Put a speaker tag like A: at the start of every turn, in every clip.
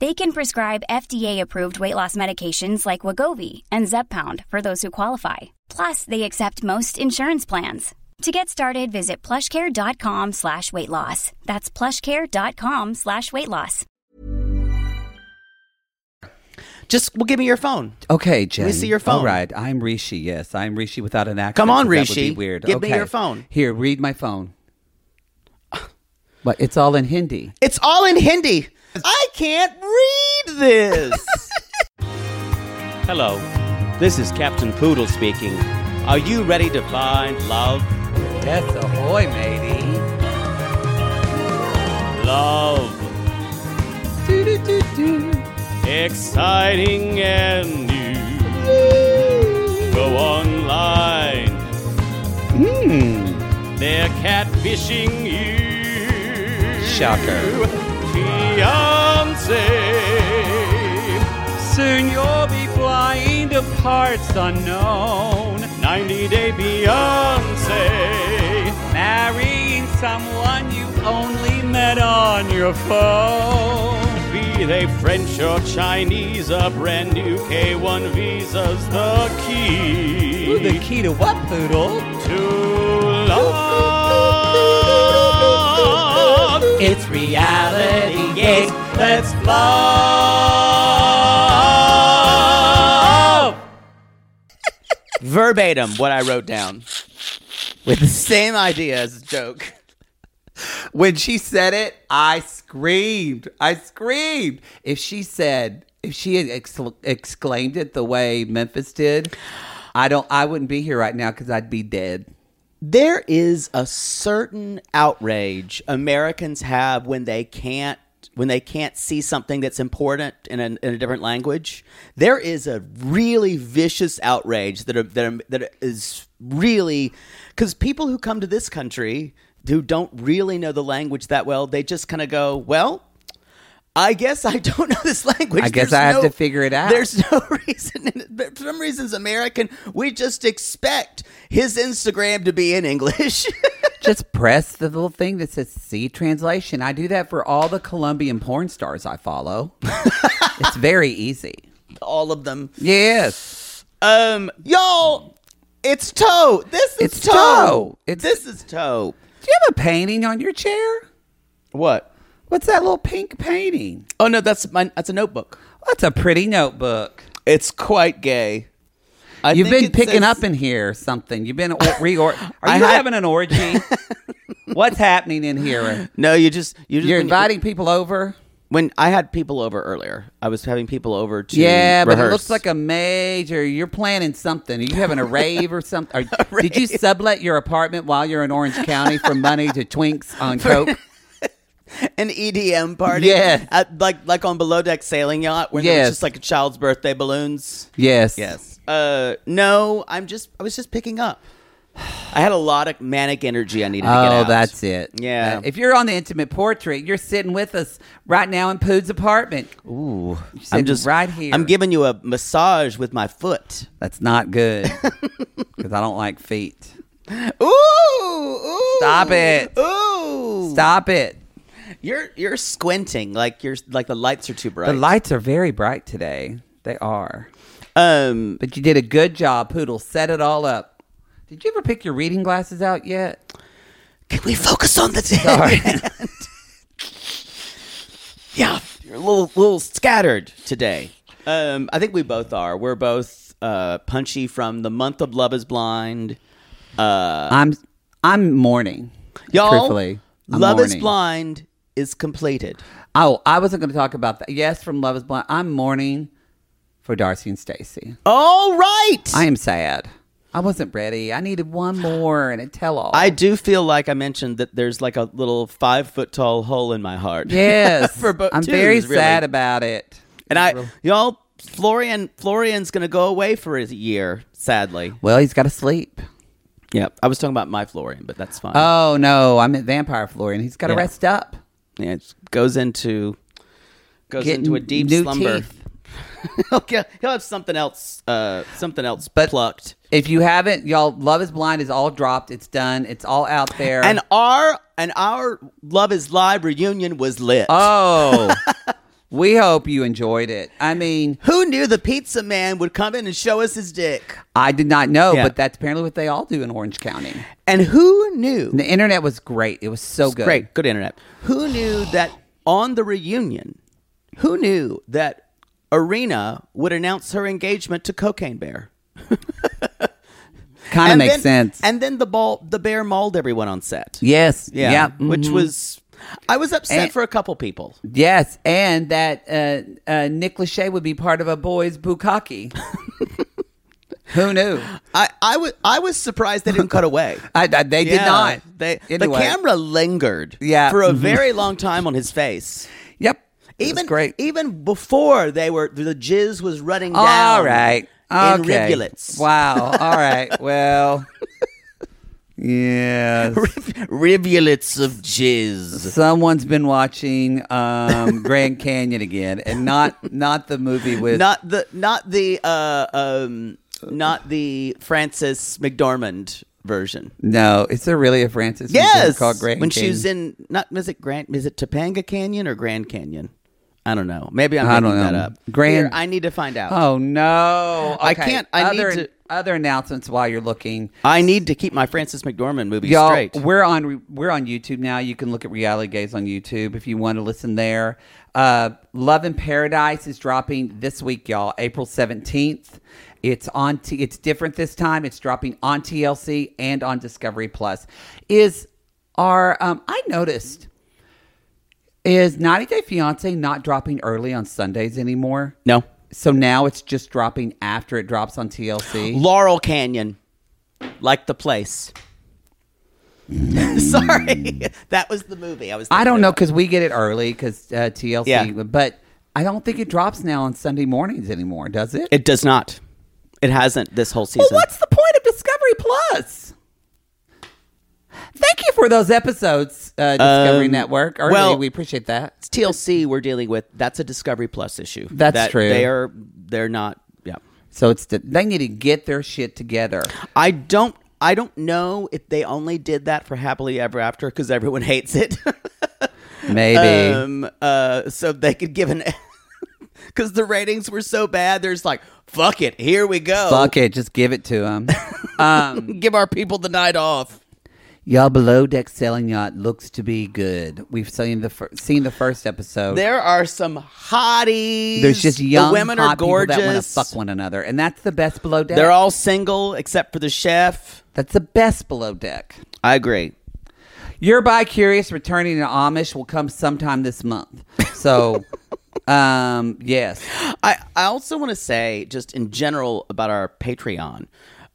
A: They can prescribe FDA-approved weight loss medications like Wagovi and Zepbound for those who qualify. Plus, they accept most insurance plans. To get started, visit plushcare.com slash weight loss. That's plushcare.com slash weight loss.
B: Just well, give me your phone.
C: Okay, Jen.
B: see your phone.
C: All right, I'm Rishi. Yes, I'm Rishi without an accent.
B: Come on,
C: 'cause That
B: Rishi.
C: would be weird.
B: Give me
C: Okay.
B: your phone.
C: Here, read my phone. But it's all in Hindi.
B: It's all in Hindi. I can't read this.
D: Hello, this is Captain Poodle speaking. Are you ready to find love?
C: Yes, ahoy, matey.
D: Love. Exciting and new. Go online. They're catfishing you.
C: Shocker.
D: Fiance. Soon you'll be flying to parts unknown. 90 Day Beyonce. Marrying someone you've only met on your phone. Be they French or Chinese, a brand new K1 visa's the key
C: Ooh, the key to what, poodle?
D: to love.
C: It's reality.
D: Let's love.
B: Verbatim, what I wrote down with the same idea as a joke.
C: When she said it, I screamed. I screamed. If she said, if she had ex- exclaimed it the way Memphis did, I don't. I wouldn't be here right now because I'd be dead.
B: There is a certain outrage Americans have when they can't when they can't see something that's important in a, in a different language. There is a really vicious outrage that are, that are, that is really because people who come to this country who don't really know the language that well, they just kind of go, well. I guess I don't know this language.
C: I guess
B: There's
C: I
B: no-
C: have to figure it out."
B: There's no reason. For some reasons, American, we just expect his Instagram to be in English.
C: Just press the little thing that says "See translation." I do that for all the Colombian porn stars I follow. it's very easy.
B: All of them.
C: Yes,
B: Um, y'all, it's toe. This is
C: It's
B: toe.
C: toe. It's-
B: This is toe.
C: do you have a painting on your chair?
B: What?
C: What's that little pink painting?
B: Oh no, that's my. That's a notebook.
C: That's a pretty notebook.
B: It's quite gay. I
C: You've
B: think
C: been
B: it
C: picking
B: says-
C: up in here something. You've been or- reor. Are
B: I
C: you
B: had-
C: having an orgy? What's happening in here?
B: No, you just you just
C: You're
B: when-
C: inviting people over.
B: When I had people over earlier, I was having people over to
C: Yeah, but it
B: rehearse.
C: looks like a major. You're planning something. Are you having a rave or something? Are, Did you sublet your apartment while you're in Orange County for money to twinks on coke?
B: an EDM party.
C: Yeah.
B: At, like like on below deck sailing yacht where there
C: Yes.
B: was just like a child's birthday balloons.
C: Yes.
B: Uh, no, I'm just I was just picking up. I had a lot of manic energy I needed to get
C: Oh,
B: out.
C: that's it.
B: Yeah.
C: Uh, if you're on the intimate portrait, you're sitting with us right now in Pood's apartment.
B: Ooh,
C: sitting right here.
B: I'm giving you a massage with my foot.
C: That's not good because I don't like feet.
B: Ooh, ooh.
C: Stop it.
B: Ooh.
C: Stop it.
B: You're you're squinting like you're like the lights are too bright.
C: The lights are very bright today. They are.
B: Um,
C: But you did a good job, Poodle. Set it all up. Did you ever pick your reading glasses out yet?
B: can we focus on the day? yeah, you're a little little scattered today. Um, I think we both are. We're both uh, Punchy from the month of Love Is Blind. Uh,
C: I'm I'm mourning.
B: Y'all,
C: truthfully. I'm
B: Love Is
C: mourning.
B: Blind is completed.
C: Oh, I wasn't going to talk about that. Yes, from Love Is Blind. I'm mourning for Darcy and Stacy.
B: All right.
C: I am sad. I wasn't ready. I needed one more and a tell all.
B: I do feel like I mentioned that there's like a little five foot tall hole in my heart.
C: yes,
B: For book
C: I'm
B: twos,
C: very
B: really.
C: sad about it.
B: And I, y'all, Florian, Florian's gonna go away for a year, sadly.
C: Well, he's got to sleep.
B: Yeah, I was talking about my Florian, but that's fine.
C: Oh no, I'm at Vampire Florian. He's got to
B: Yeah.
C: rest up.
B: yeah, it goes into goes
C: Get
B: into a deep
C: new
B: slumber.
C: teeth.
B: he'll, get- he'll have something else, uh, something else
C: But-
B: plucked.
C: If you haven't, y'all, Love Is Blind is all dropped. It's done. It's all out there.
B: And our and our Love Is Live reunion was lit.
C: oh, we hope you enjoyed it. I mean,
B: Who knew the pizza man would come in and show us his dick?
C: I did not know,
B: Yeah.
C: but that's apparently what they all do in Orange County.
B: And who knew?
C: And the internet was great. It was so good.
B: Great, good internet. Who knew that on the reunion? Who knew that Arena would announce her engagement to Cocaine Bear?
C: Kind of makes
B: then,
C: sense.
B: And then the ball, the bear mauled everyone on set.
C: yes.
B: yeah,
C: Yeah.
B: which
C: mhm.
B: was I was upset
C: And-
B: for a couple people.
C: Yes, and that uh, uh, Nick Lachey would be part of a boys' bukkake. Who knew?
B: I I was I was surprised they didn't cut away.
C: I, I- they did
B: Yeah,
C: not.
B: They
C: Anyway.
B: the camera lingered
C: Yeah.
B: for a
C: Mhm.
B: very long time on his face.
C: Yep. It was
B: Even
C: great.
B: even before they were the jizz was running down.
C: All right.
B: in
C: Okay.
B: rivulets.
C: Wow. All right. Well. Yes.
B: rivulets of jizz.
C: Someone's been watching um, Grand Canyon again, and not not the movie with
B: Not the not the uh um not the Francis McDormand version.
C: no. Is there really a Francis? McDormand
B: Yes,
C: called Grand
B: when she
C: Canyon?
B: was in not is it Grand is it Topanga Canyon or Grand Canyon? I don't know. Maybe I'm
C: I
B: making
C: don't
B: that
C: know.
B: up.
C: Grand-
B: Here, I need to find out.
C: Oh no!
B: I
C: Okay.
B: can't- I need
C: other,
B: to-
C: other announcements while you're looking.
B: I need to keep my Francis McDormand movies
C: Y'all,
B: straight.
C: we're on re- we're on YouTube now. You can look at Reality Gaze on YouTube if you want to listen there. Uh, Love in Paradise is dropping this week, y'all, April seventeenth. It's on. T- it's different this time. It's dropping on TLC and on Discovery Plus. Is our um, I noticed is 90 Day Fiance not dropping early on Sundays anymore?
B: No,
C: So now it's just dropping after it drops on TLC.
B: Laurel Canyon, like the place. Sorry, that was the movie I was.
C: I don't
B: thinking
C: know
B: about.
C: because we get it early because uh, TLC.
B: Yeah.
C: But I don't think it drops now on Sunday mornings anymore, does it?
B: It does not. It hasn't this whole
C: well,
B: season.
C: what's the point of Discovery Plus? Thank you for those episodes, uh, Discovery
B: Um,
C: Network. Early,
B: well-
C: we appreciate that.
B: It's TLC we're dealing with. That's a Discovery Plus issue.
C: That's
B: That
C: true.
B: They are. They're not. Yeah.
C: So it's the, they need to get their shit together.
B: I don't. I don't know if they only did that for Happily Ever After because everyone hates it.
C: Maybe
B: um. Uh. So they could give an. Because the ratings were so bad, there's like, fuck it, here we go.
C: fuck it, just give it to them. um,
B: Give our people the night off.
C: Y'all below deck sailing yacht looks to be good. We've seen the fir- seen the first episode.
B: There are some hotties.
C: There's just young
B: the women
C: hot
B: are gorgeous.
C: people that want to fuck one another, and that's the best below deck.
B: They're all single except for the chef.
C: that's the best below deck.
B: I agree.
C: Your bi curious returning to Amish will come sometime this month. So, um, yes,
B: I, I also want to say, just in general, about our Patreon.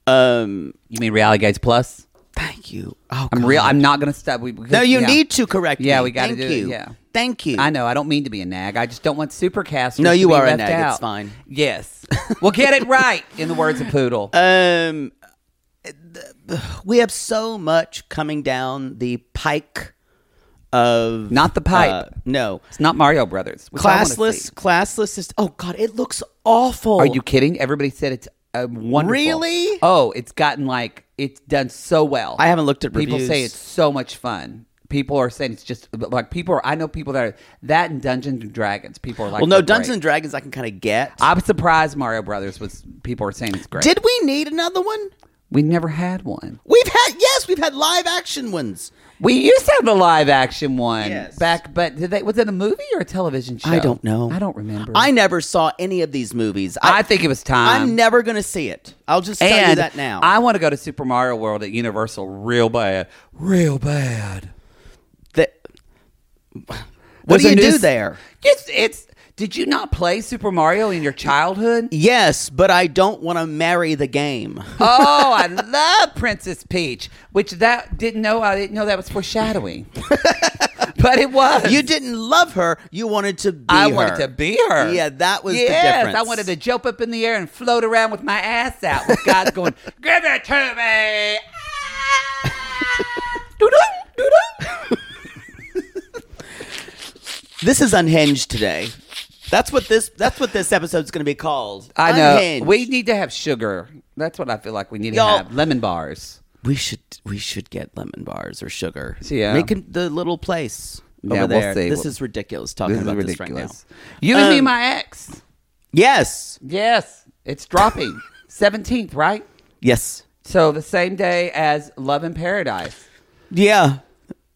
B: Um,
C: you mean reality gates plus?
B: thank you. Oh,
C: I'm
B: God.
C: real. I'm not gonna stop. We,
B: No, you
C: yeah.
B: need to correct me.
C: Yeah, we gotta
B: Thank
C: do it,
B: you.
C: yeah.
B: Thank you.
C: I know. I don't mean to be a nag. I just don't want supercasters.
B: No,
C: to
B: you
C: be
B: are a
C: left
B: nag. It's
C: out.
B: fine.
C: Yes, we'll get it right. In the words of Poodle.
B: Um, we have so much coming down the pike of
C: Not the pipe.
B: uh, no,
C: It's not Mario Brothers. which I wanna see.
B: classless. Classless is. Oh God, it looks awful.
C: Are you kidding? Everybody said it's uh, wonderful.
B: Really?
C: Oh, it's gotten like it's done so well.
B: I haven't looked at
C: people
B: reviews.
C: say it's so much fun. People are saying it's just like people are. I know people that are that and Dungeons and Dragons. People are like,
B: Well, no,
C: they're
B: Dungeons
C: great.
B: and Dragons. I can kind of get.
C: I'm surprised Mario Brothers was. People are saying it's great.
B: Did we need another one?
C: we never had one?
B: We've had yes, Plus, we've had live action ones.
C: We used to have a live action one
B: Yes.
C: back, but did they, was it a movie or a television show?
B: I don't know.
C: I don't remember.
B: I never saw any of these movies.
C: I think it was time.
B: I'm never going to see it. I'll just tell you that now.
C: I want to go to Super Mario World at Universal real bad, real bad.
B: That- what
C: There's
B: do
C: a
B: you
C: new
B: do
C: s-
B: there?
C: It's it's. Did you not play Super Mario in your childhood?
B: Yes, but I don't want to marry the game.
C: oh, I love Princess Peach, which that didn't know. I didn't know that was foreshadowing, but it was.
B: You didn't love her. You wanted to be
C: I
B: her.
C: wanted to be her.
B: Yeah, that was the
C: Yes, I
B: difference.
C: wanted to jump up in the air and float around with my ass out with God going, "Give it to me." Ah! Doo-dum, doo-dum.
B: This is unhinged today. That's what this. That's what this episode's going to be called.
C: I know.
B: Unhinged.
C: We need to have sugar. That's what I feel like we need
B: Y'all-
C: to have. Lemon bars.
B: we should we should get lemon bars or sugar.
C: Yeah.
B: make it the little place over
C: Yeah, we'll
B: there.
C: see.
B: This is ridiculous. Talking
C: This is
B: about
C: ridiculous.
B: this right now.
C: You and me,
B: Um,
C: my ex.
B: Yes,
C: Yes, it's dropping. Seventeenth, right?
B: yes,
C: So the same day as Love in Paradise.
B: yeah.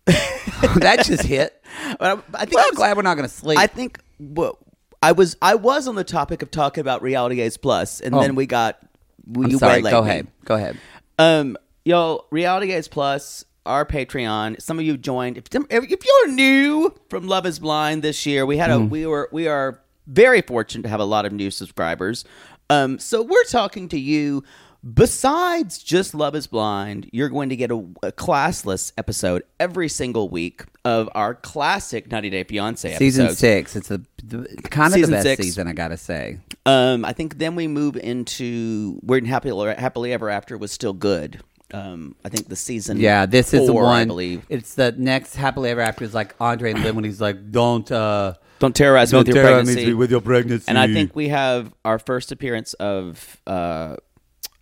C: that just hit.
B: But I, I think
C: Well,
B: I
C: I'm
B: was-
C: glad we're not going to sleep.
B: I think what I was I was on the topic of talking about reality gaze plus, and
C: Oh.
B: then we got we
C: I'm
B: you
C: sorry.
B: waylaid
C: Go
B: me.
C: ahead. Go ahead.
B: Um, yo, Reality Gaze Plus, our Patreon. Some of you joined. If, if you're new from Love Is Blind this year, we had
C: Mm-hmm.
B: a we were we are very fortunate to have a lot of new subscribers. Um, so we're talking to you. Besides just Love Is Blind, you're going to get a, a classless episode every single week of our classic 90 Day Fiance
C: Season
B: episodes.
C: six. It's the, the kind of
B: Season
C: the best
B: six.
C: season. I gotta say.
B: Um, I think then we move into we're in happily, happily ever after was still good. Um, I think the season.
C: Yeah, this is the
B: four,
C: one.
B: I believe.
C: It's the next happily ever after. Is like Andre Lin when he's like, "Don't uh,
B: Don't terrorize me with your pregnancy.
C: your pregnancy."
B: and I think we have our first appearance of uh,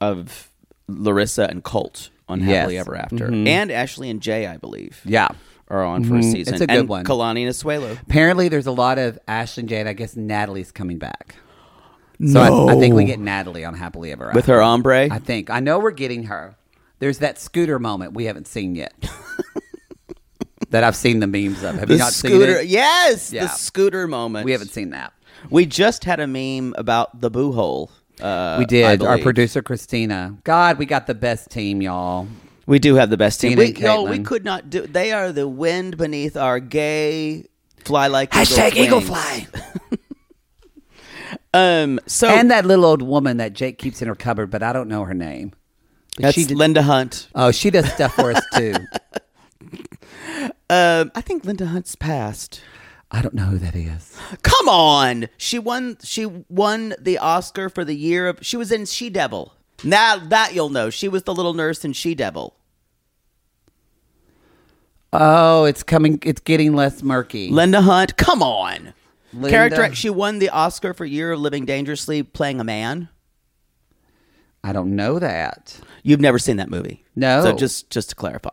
B: of Larissa and Colt on
C: Yes. Mm-hmm.
B: Happily Ever After, and Ashley and Jay, I believe.
C: yeah. Mm-hmm.
B: are on for a season.
C: It's a good
B: and
C: one.
B: Kalani and Asuelo.
C: Apparently, there's a lot of Ash and Jade. I guess Natalie's coming back. So I, I think we get Natalie on happily ever after
B: with her ombre.
C: I think I know we're getting her. There's that scooter moment we haven't seen yet. that I've seen the memes of. Have
B: the
C: you not
B: scooter,
C: seen it?
B: yes,
C: Yeah.
B: the scooter moment.
C: We haven't seen that.
B: We just had a meme about the boo hole. Uh,
C: we
B: I
C: did. Our
B: believe.
C: producer Christina. God, we got the best team, y'all.
B: We do have the best team.
C: Tina
B: We,
C: and
B: no, we
C: Caitlin.
B: could not do. They are the wind beneath our gay fly like
C: Hashtag
B: eagle
C: Eagle
B: wings.
C: Fly.
B: Um, so
C: and that little old woman that Jake keeps in her cupboard, but I don't know her name. But
B: that's
C: she did-
B: Linda Hunt.
C: oh, she does stuff for us too.
B: Um, I think Linda Hunt's passed.
C: I don't know who that is.
B: Come on, she won. She won the Oscar for the year of. She was in She Devil. Now that you'll know, she was the little nurse in She Devil.
C: Oh, it's coming. It's getting less murky.
B: Linda Hunt. Come on,
C: Linda-
B: character. She won the Oscar for Year of Living Dangerously playing a man.
C: I don't know that.
B: You've never seen that movie,
C: No.
B: So just just to clarify.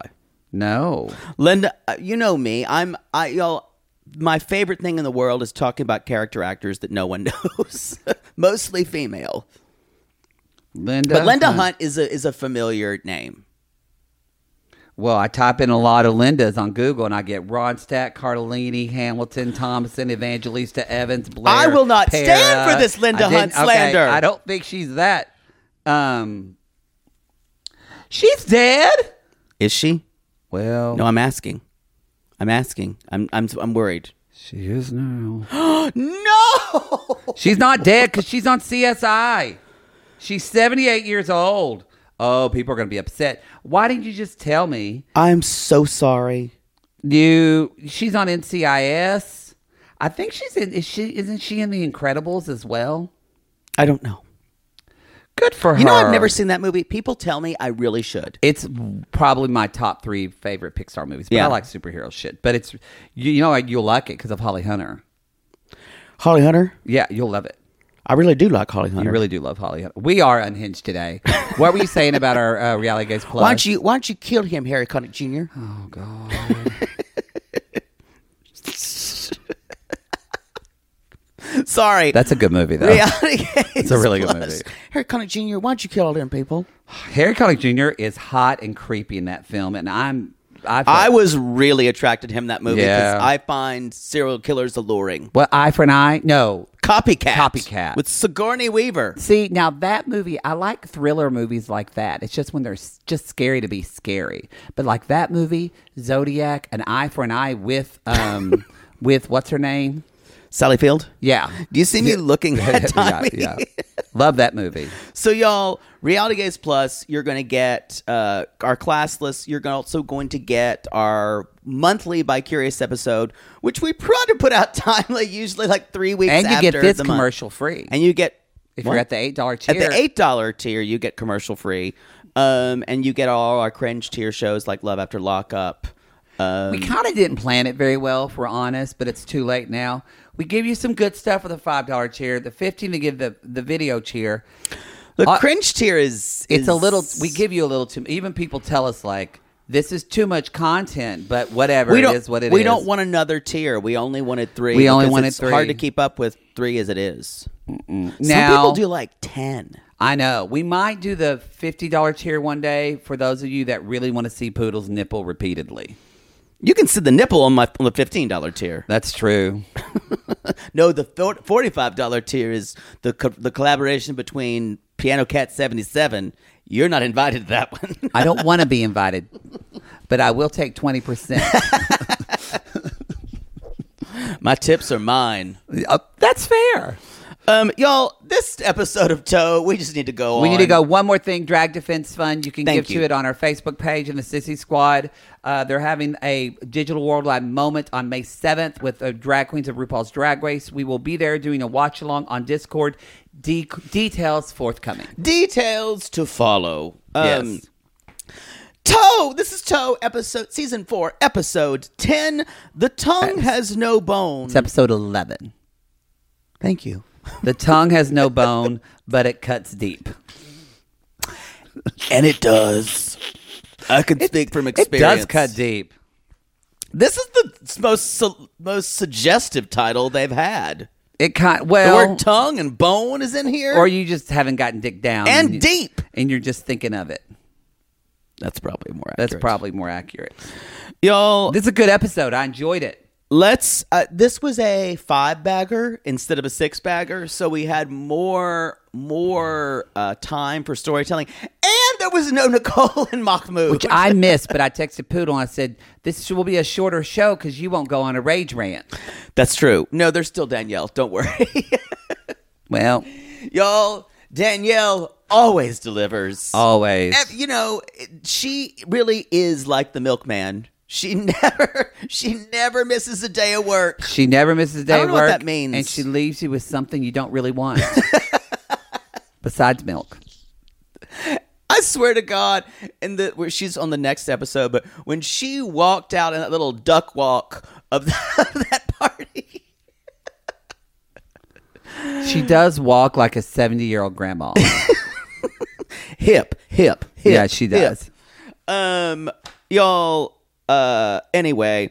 C: No.
B: Linda, uh, you know me. I'm I y'all. My favorite thing in the world is talking about character actors that no one knows, mostly female.
C: Linda.
B: But Linda Hunt is a is a familiar name.
C: Well, I type in a lot of Lindas on Google and I get Ronstadt, Cardellini, Hamilton, Thompson, Evangelista Evans, Blair.
B: I will not stand
C: Pera.
B: for this Linda
C: I didn't-
B: Hunt slander.
C: Okay, I don't think she's that. Um, she's dead.
B: Is she?
C: Well,
B: No, I'm asking. I'm asking. I'm I'm I'm worried.
C: she is now.
B: No.
C: She's not dead because she's on CSI. She's 78 years old. Oh, people are going to be upset. Why didn't you just tell me?
B: I'm so sorry.
C: You, she's on NCIS. I think she's in. Is she? Isn't she in The Incredibles as well?
B: I don't know.
C: Good for her.
B: You know, I've never seen that movie. People tell me I really should.
C: It's probably my top three favorite Pixar movies. But
B: Yeah.
C: I like superhero shit. But it's you, you know you'll like it because of Holly Hunter.
B: Holly Hunter.
C: Yeah, you'll love it.
B: I really do like Holly Hunter.
C: You really do love Holly Hunter. We are unhinged today. what were you saying about our uh, reality gaze plus?
B: why don't you Why don't you kill him, Harry Connick Jr.?
C: Oh God.
B: sorry.
C: That's a good movie, though.
B: reality. It's
C: a really good movie.
B: Harry Connick Jr. Why'd you kill all them people?
C: Harry Connick Jr. is hot and creepy in that film, and I'm I, felt-
B: I was really attracted to him in that movie because
C: Yeah.
B: I find serial killers alluring.
C: what eye for an eye? No.
B: Copycat.
C: Copycat.
B: With Sigourney Weaver.
C: See now that movie, I like thriller movies like that. It's just when they're s- just scary to be scary, but like that movie Zodiac, an eye for an eye with um with what's her name?
B: Sally Field.
C: Yeah,
B: Do you see me looking at
C: yeah,
B: Tommy?
C: yeah. Love that movie.
B: So y'all, Reality Gaze Plus, you're going to get uh, our class list. You're gonna- also going to get our monthly by Curious episode, which we try to put out timely, usually like three weeks.
C: And you
B: after
C: get this
B: the month.
C: commercial free.
B: and you get
C: if
B: what?
C: you're at the eight dollar
B: At
C: tier,
B: the eight dollar tier, you get commercial free, um, and you get all our cringe tier shows like Love After Lockup. Um,
C: We kind of didn't plan it very well, if we're honest, but it's too late now. We give you some good stuff with a five dollar tier, the fifteen to give the the video tier.
B: the
C: Uh,
B: cringe tier is
C: It's a
B: is-
C: little. We give you a little too. Even people tell us like this is too much content, but whatever
B: We
C: it
B: don't.
C: is, what it is.
B: we don't want another tier. We only wanted three.
C: We only
B: because
C: wanted
B: it's Hard
C: three.
B: to keep up with three as it is.
C: now.
B: Some people do like ten.
C: I know. We might do the fifty dollar tier one day for those of you that really want to see Poodle's nipple repeatedly.
B: You can see the nipple on my on the fifteen dollar tier.
C: That's true.
B: No, the forty five dollar tier is the co- the collaboration between Piano Cat seventy seven. You're not invited to that one.
C: I don't want to be invited, but I will take twenty percent.
B: my tips are mine.
C: That's fair.
B: Um, y'all, this episode of Toe, we just need to go.
C: We
B: on.
C: need to go one more thing. Drag Defense Fund. You can
B: Thank
C: give
B: you.
C: to it on our Facebook page and the Sissy Squad. Uh, they're having a digital worldwide moment on May 7th with the drag queens of RuPaul's Drag Race. We will be there doing a watch along on Discord. De- details forthcoming.
B: Details to follow. Um,
C: yes.
B: Toe. This is Toe episode season four episode ten. The tongue has no bone.
C: It's episode 11.
B: Thank you.
C: The tongue has no bone, but it cuts deep.
B: And it does. I can speak from
C: It
B: experience.
C: does cut deep.
B: This is the s- most su- most suggestive title they've had.
C: It cut
B: The
C: well,
B: word tongue and bone is in here,
C: or you um, just haven't gotten dick down
B: and
C: you-
B: deep.
C: and you're just thinking of it.
B: That's probably more. Accurate.
C: That's probably more accurate.
B: y'all.
C: This is a good episode. I enjoyed it.
B: let's. Uh, this was a five bagger instead of a six bagger, so we had more more uh, time for storytelling, and there was no Nicole and Mahmoud.
C: which I missed, but I texted Poodle and I said, This will be a shorter show because you won't go on a rage rant.
B: That's true. No, there's still Danielle. Don't worry,
C: Well,
B: y'all. Danielle always delivers.
C: always.
B: Ev- you know, it- she really is like the milkman. She never, she never misses a day of work.
C: She never misses a day
B: I don't
C: of
B: know what
C: work.
B: that means.
C: And she leaves you with something you don't really want besides milk.
B: I swear to God. And the where she's on the next episode, but when she walked out in that little duck walk of, of that party,
C: She does walk like a 70 year old grandma.
B: hip, hip, hip.
C: yeah, she does.
B: hip. Um, y'all. Uh, anyway,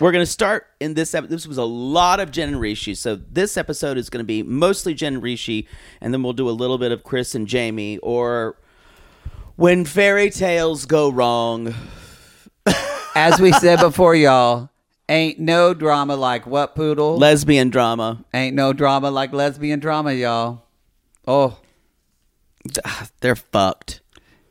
B: we're gonna start in this. Ep- this was a lot of Jen and Rishi, so this episode is gonna be mostly Jen and Rishi, and then we'll do a little bit of Chris and Jamie, or when fairy tales go wrong.
C: As we said before, y'all, ain't no drama like what, Poodle?
B: Lesbian drama.
C: ain't no drama like lesbian drama, y'all. Oh,
B: They're fucked.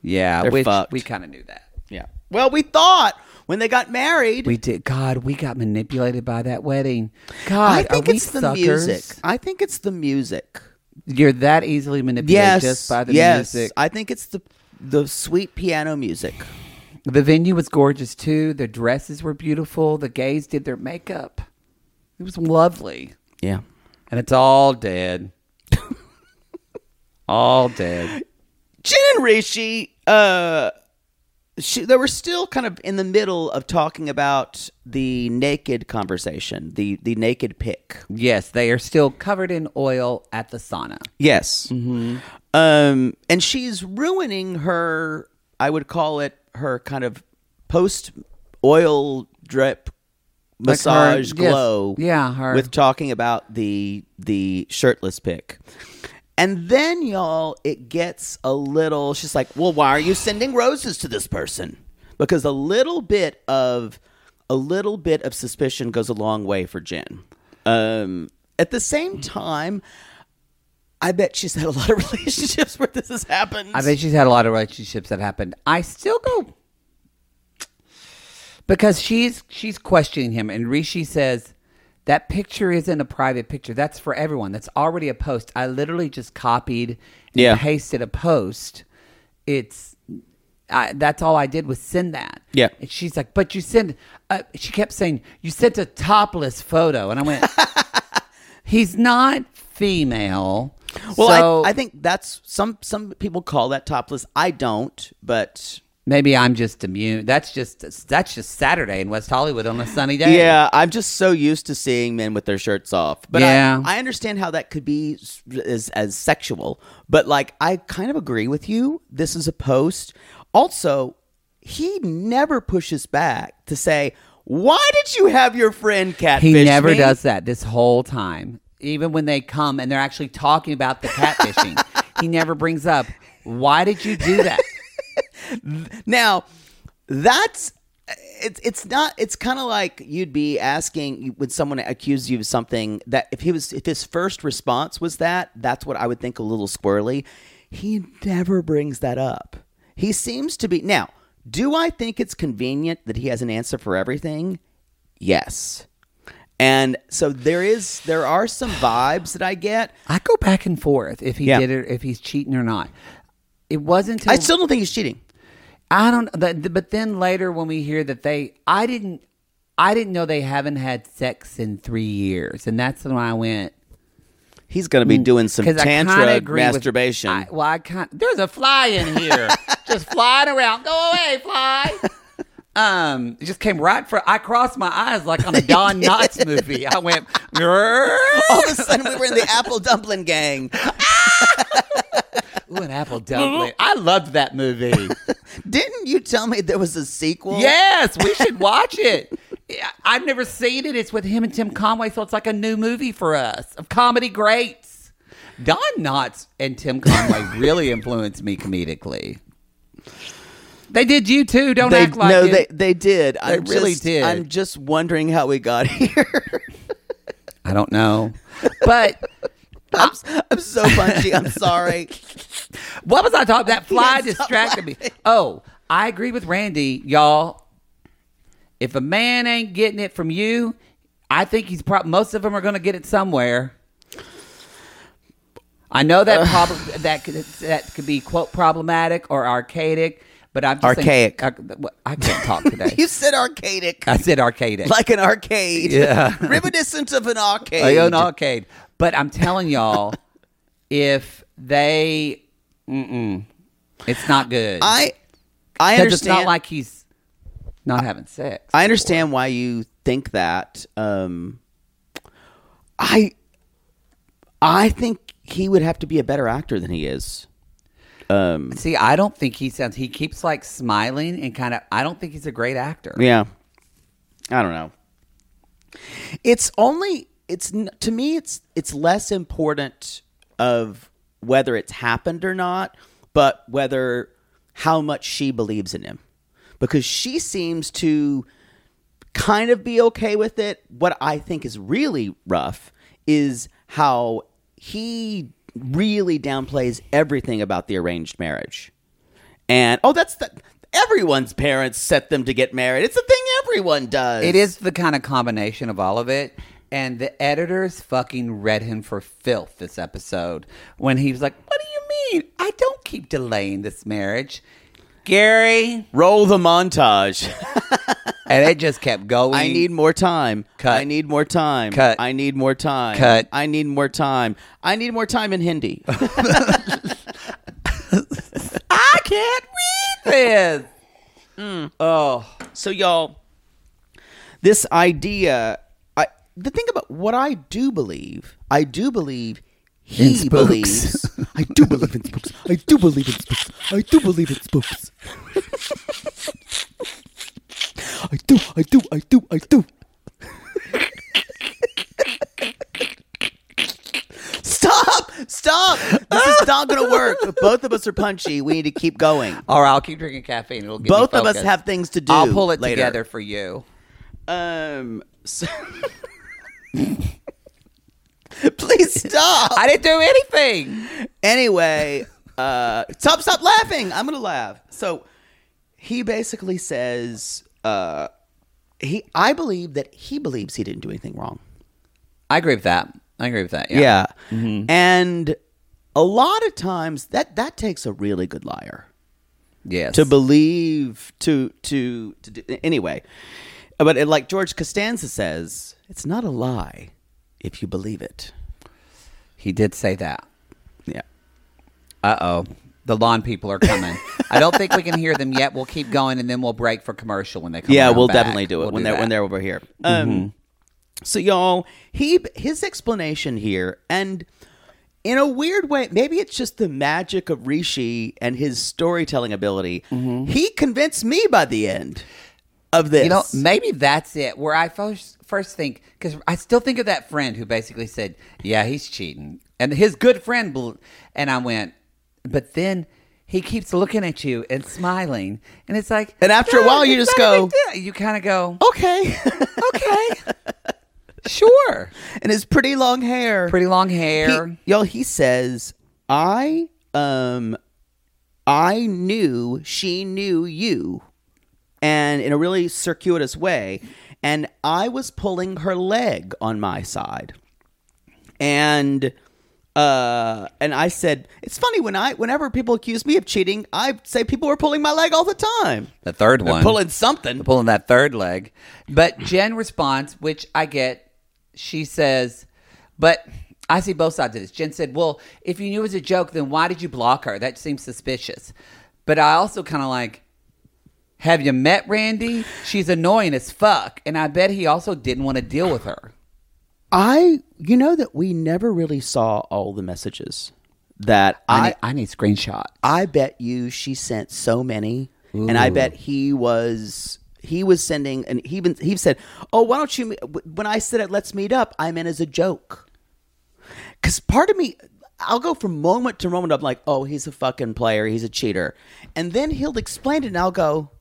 C: yeah.
B: They're
C: which
B: fucked.
C: We kind of knew that.
B: Yeah. Well, we thought when they got married.
C: We did. God, we got manipulated by that wedding. God,
B: I think
C: are we
B: it's the
C: suckers?
B: music. I think it's the music.
C: You're that easily manipulated
B: Yes.
C: just by the
B: yes.
C: music.
B: I think it's the the sweet piano music.
C: the venue was gorgeous too. The dresses were beautiful. The gays did their makeup. It was lovely,
B: Yeah.
C: and it's all dead. all dead.
B: Jen and Rishi, uh, she, they were still kind of in the middle of talking about the naked conversation, the the naked pic.
C: Yes, they are still covered in oil at the sauna.
B: Yes. Mm-hmm. Um, and she's ruining her. I would call it her kind of post oil drip massage
C: yes.
B: glow
C: Yeah, her.
B: with talking about the the shirtless pic and then y'all it gets a little she's like well why are you sending roses to this person because a little bit of a little bit of suspicion goes a long way for jen um at the same time i bet she's had a lot of relationships where this has happened
C: I bet she's had a lot of relationships that happened. I still go because she's she's questioning him, and Rishi says that picture isn't a private picture. That's for everyone. That's already a post. I literally just copied and
B: Yeah.
C: pasted a post. It's I, that's all I did was send that.
B: Yeah.
C: and she's like, but you sent. Uh, she kept saying you sent a topless photo, and I went. He's not female.
B: well
C: so-
B: I, I think that's some some people call that topless i don't but
C: Maybe I'm just immune. That's just that's just Saturday in West Hollywood on a sunny day.
B: Yeah, I'm just so used to seeing men with their shirts off. But
C: Yeah.
B: I, I understand how that could be s- as, as sexual. But like, I kind of agree with you. This is a post. Also, he never pushes back to say, "Why did you have your friend catfish?"
C: he never
B: me?"
C: does that this whole time. Even when they come and they're actually talking about the catfishing, he never brings up why did you do that.
B: Now, that's it's it's not it's kind of like you'd be asking when someone accuses you of something that if he was if his first response was that that's what I would think a little squirrely. He never brings that up. He seems to be now. Do I think it's convenient that he has an answer for everything? Yes. And so there is there are some vibes that I get.
C: I go back and forth if he
B: Yeah.
C: did it, if he's cheating or not. It wasn't. Until
B: I still don't think he's cheating.
C: I don't. But th- but then later when we hear that they, I didn't, I didn't know they haven't had sex in three years, and that's when I went.
B: He's going to be doing some
C: Because Mm, I kinda
B: tantra
C: agree with-
B: masturbation.
C: I, well, I kind there's a fly in here, just flying around. Go away, fly. Um, it just came right for. I crossed my eyes like on a Don Knotts movie. I went.
B: All
C: "Grrr."
B: of a sudden, we were in the Apple Dumpling Gang.
C: Ooh, an apple dumpling. I loved that movie.
B: Didn't you tell me there was a sequel?
C: yes, we should watch it. Yeah, I've never seen it. It's with him and Tim Conway, so it's like a new movie for us of comedy greats. Don Knotts and Tim Conway really influenced me comedically. They did you too. Don't
B: They,
C: act like
B: no,
C: it.
B: they they did. I
C: really did.
B: I'm just wondering how we got here.
C: I don't know. But
B: I'm, s- I'm so punchy. I'm sorry.
C: what was I talking? That fly
B: can't stop
C: distracted me.
B: laughing.
C: Oh, I agree with Randy, y'all. If a man ain't getting it from you, I think he's probably most of them are going to get it somewhere. I know that probably that could, that could be quote problematic or archaic, but I'm just saying-
B: Archaic.
C: I, I can't talk today.
B: you said arcadic,
C: I said archaic. Oh,
B: like an arcade.
C: Yeah.
B: Reminiscent of an arcade.
C: I own arcade. But I'm telling y'all, if they, mm-mm, it's not good.
B: I I
C: Because it's
B: understand.
C: not like he's not having sex.
B: I understand why you think that. Um, I I think he would have to be a better actor than he is.
C: See, I don't think he sounds. He keeps like smiling and kind of. I don't think he's a great actor.
B: Yeah. I don't know. It's only it's n- to me it's it's less important of whether it's happened or not, but whether how much she believes in him. Because she seems to kind of be okay with it. What I think is really rough is how he really downplays everything about the arranged marriage. And oh, that's the everyone's parents set them to get married. It's a thing everyone does.
C: It is the kind of combination of all of it. And the editors fucking read him for filth this episode when he was like, What do you mean? I don't keep delaying this marriage. Gary.
B: roll the montage.
C: And it just kept going.
B: I need more time.
C: Cut.
B: I need more time.
C: Cut.
B: I need more time.
C: Cut.
B: I need more time. I need more time in Hindi.
C: I can't read this. Oh,
B: so y'all, this idea. I the thing about what I do believe. I do believe.
C: In
B: He
C: spooks.
B: believes. I do believe in spooks. I do believe in spooks. I do believe in spooks. I do. I do. I do. I do. both of us are punchy. We need to keep going.
C: Or I'll keep drinking caffeine. It'll get me
B: Both of us
C: focused.
B: have things to do.
C: I'll pull it
B: later.
C: together for you.
B: Um. So Please stop.
C: I didn't do anything.
B: anyway, uh, stop, stop laughing. I'm gonna laugh. So he basically says, uh, he, I believe that he believes he didn't do anything wrong.
C: I agree with that. I agree with that. Yeah. Mm-hmm.
B: Yeah, and a lot of times that that takes a really good liar
C: Yes.
B: to believe to to to do, anyway. But it, like George Costanza says, it's not a lie if you believe it.
C: he did say that.
B: Yeah.
C: Uh oh. The lawn people are coming. I don't think we can hear them yet. We'll keep going and then we'll break for commercial when they come.
B: yeah,
C: around
B: we'll
C: back.
B: definitely do it
C: We'll
B: when they're when
C: that. Mm-hmm.
B: they're over here. Um, So y'all, he his explanation here, and in a weird way, maybe it's just the magic of Rishi and his storytelling ability. He convinced me by the end of this.
C: Mm-hmm. You know, maybe that's it. Where I first first think because I still think of that friend who basically said, "Yeah, he's cheating," and his good friend, bel- and I went, but then he keeps looking at you and smiling, and it's like,
B: And after a while, you
C: it's
B: just
C: not a
B: go-
C: big deal. you kind of go,
B: okay,
C: okay, sure,
B: and his pretty long hair,
C: pretty long hair.
B: He, y'all, he says, I um I knew she knew you and in a really circuitous way. And I was pulling her leg on my side. And uh and I said, It's funny when I whenever people accuse me of cheating, I say people were pulling my leg all the time.
C: the third
B: They're
C: one,
B: pulling something.
C: pulling that third leg. But Jen responds, which I get. She says, but I see both sides of this. Jen said, well, if you knew it was a joke, then why did you block her? That seems suspicious. But I also kind of like, have you met Randy? She's annoying as fuck. And I bet he also didn't want to deal with her.
B: I you know that we never really saw all the messages that
C: I,
B: I
C: need, I need screenshot.
B: I bet you she sent so many, and I bet he was he was sending, and he even he said, "Oh, why don't you?" me- When I said it, let's meet up. I meant as a joke, because part of me. I'll go from moment to moment. I'm like, oh, he's a fucking player. He's a cheater. And then he'll explain it, and I'll go,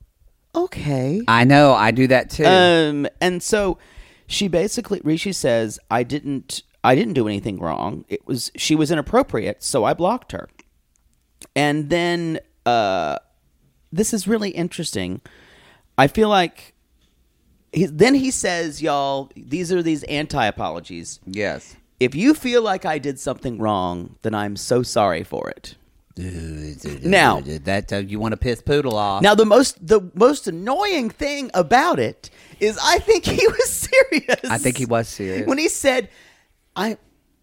B: okay.
C: I know. I do that too. Uh,
B: Um, and so she basically Rishi says, "I didn't, I didn't do anything wrong. It was she was inappropriate, so I blocked her." And then uh, this is really interesting. I feel like he, then he says, "Y'all, these are these anti apologies.
C: yes.
B: If you feel like I did something wrong, then I'm so sorry for it." Now-
C: that uh, you want to piss poodle off.
B: Now the most the most annoying thing about it is I think he was serious.
C: I think he was serious.
B: When he said I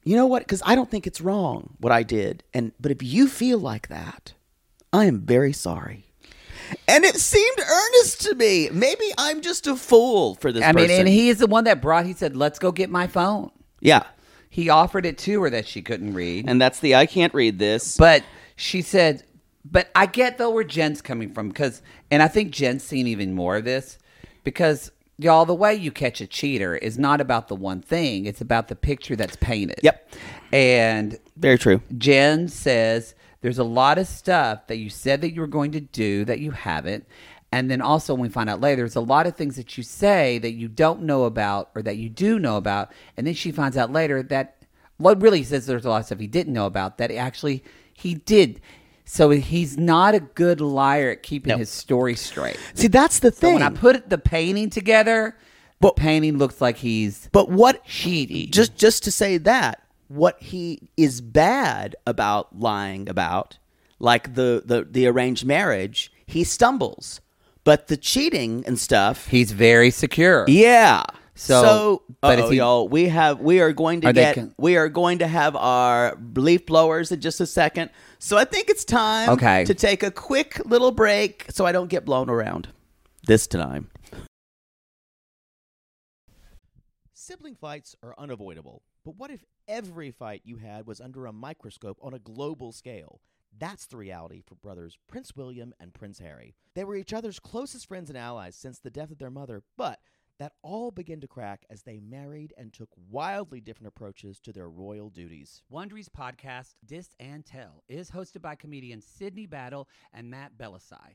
B: you know what cuz I don't think it's wrong what I did and but if you feel like that I am very sorry. And it seemed earnest to me. Maybe I'm just a fool for this
C: I mean,
B: person.
C: and he is the one that brought. He said, "Let's go get my phone."
B: yeah.
C: He offered it to her that she couldn't read,
B: And that's the I can't read this.
C: but she said, "But I get though where Jen's coming from because, and I think Jen's seen even more of this because y'all, the way you catch a cheater is not about the one thing; it's about the picture that's painted."
B: Yep.
C: and
B: very true.
C: Jen says there's a lot of stuff that you said that you were going to do that you haven't. And then also, when we find out later, there's a lot of things that you say that you don't know about or that you do know about. And then she finds out later that Lloyd really says there's a lot of stuff he didn't know about that actually he did. So he's not a good liar at keeping his story straight.
B: See, that's the
C: So
B: thing.
C: when I put the painting together, the painting looks like he's
B: but what
C: cheating.
B: just just to say that what he is bad about lying about like the the, the arranged marriage he stumbles but the cheating and stuff
C: he's very secure.
B: yeah
C: So-
B: so
C: but if
B: uh-oh,
C: he-
B: y'all we have we are going to
C: Are they
B: get
C: con-
B: we are going to have our leaf blowers in just a second so i think it's time
C: Okay.
B: to take a quick little break so i don't get blown around this time
E: Sibling fights are unavoidable, but what if every fight you had was under a microscope on a global scale? That's the reality for brothers Prince William and Prince Harry. They were each other's closest friends and allies since the death of their mother, but
B: that all began to crack as they married and took wildly different approaches to their royal duties.
C: Wondery's podcast, Dis and Tell, is hosted by comedians Sydney Battle and Matt Belisai.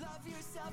F: Love yourself,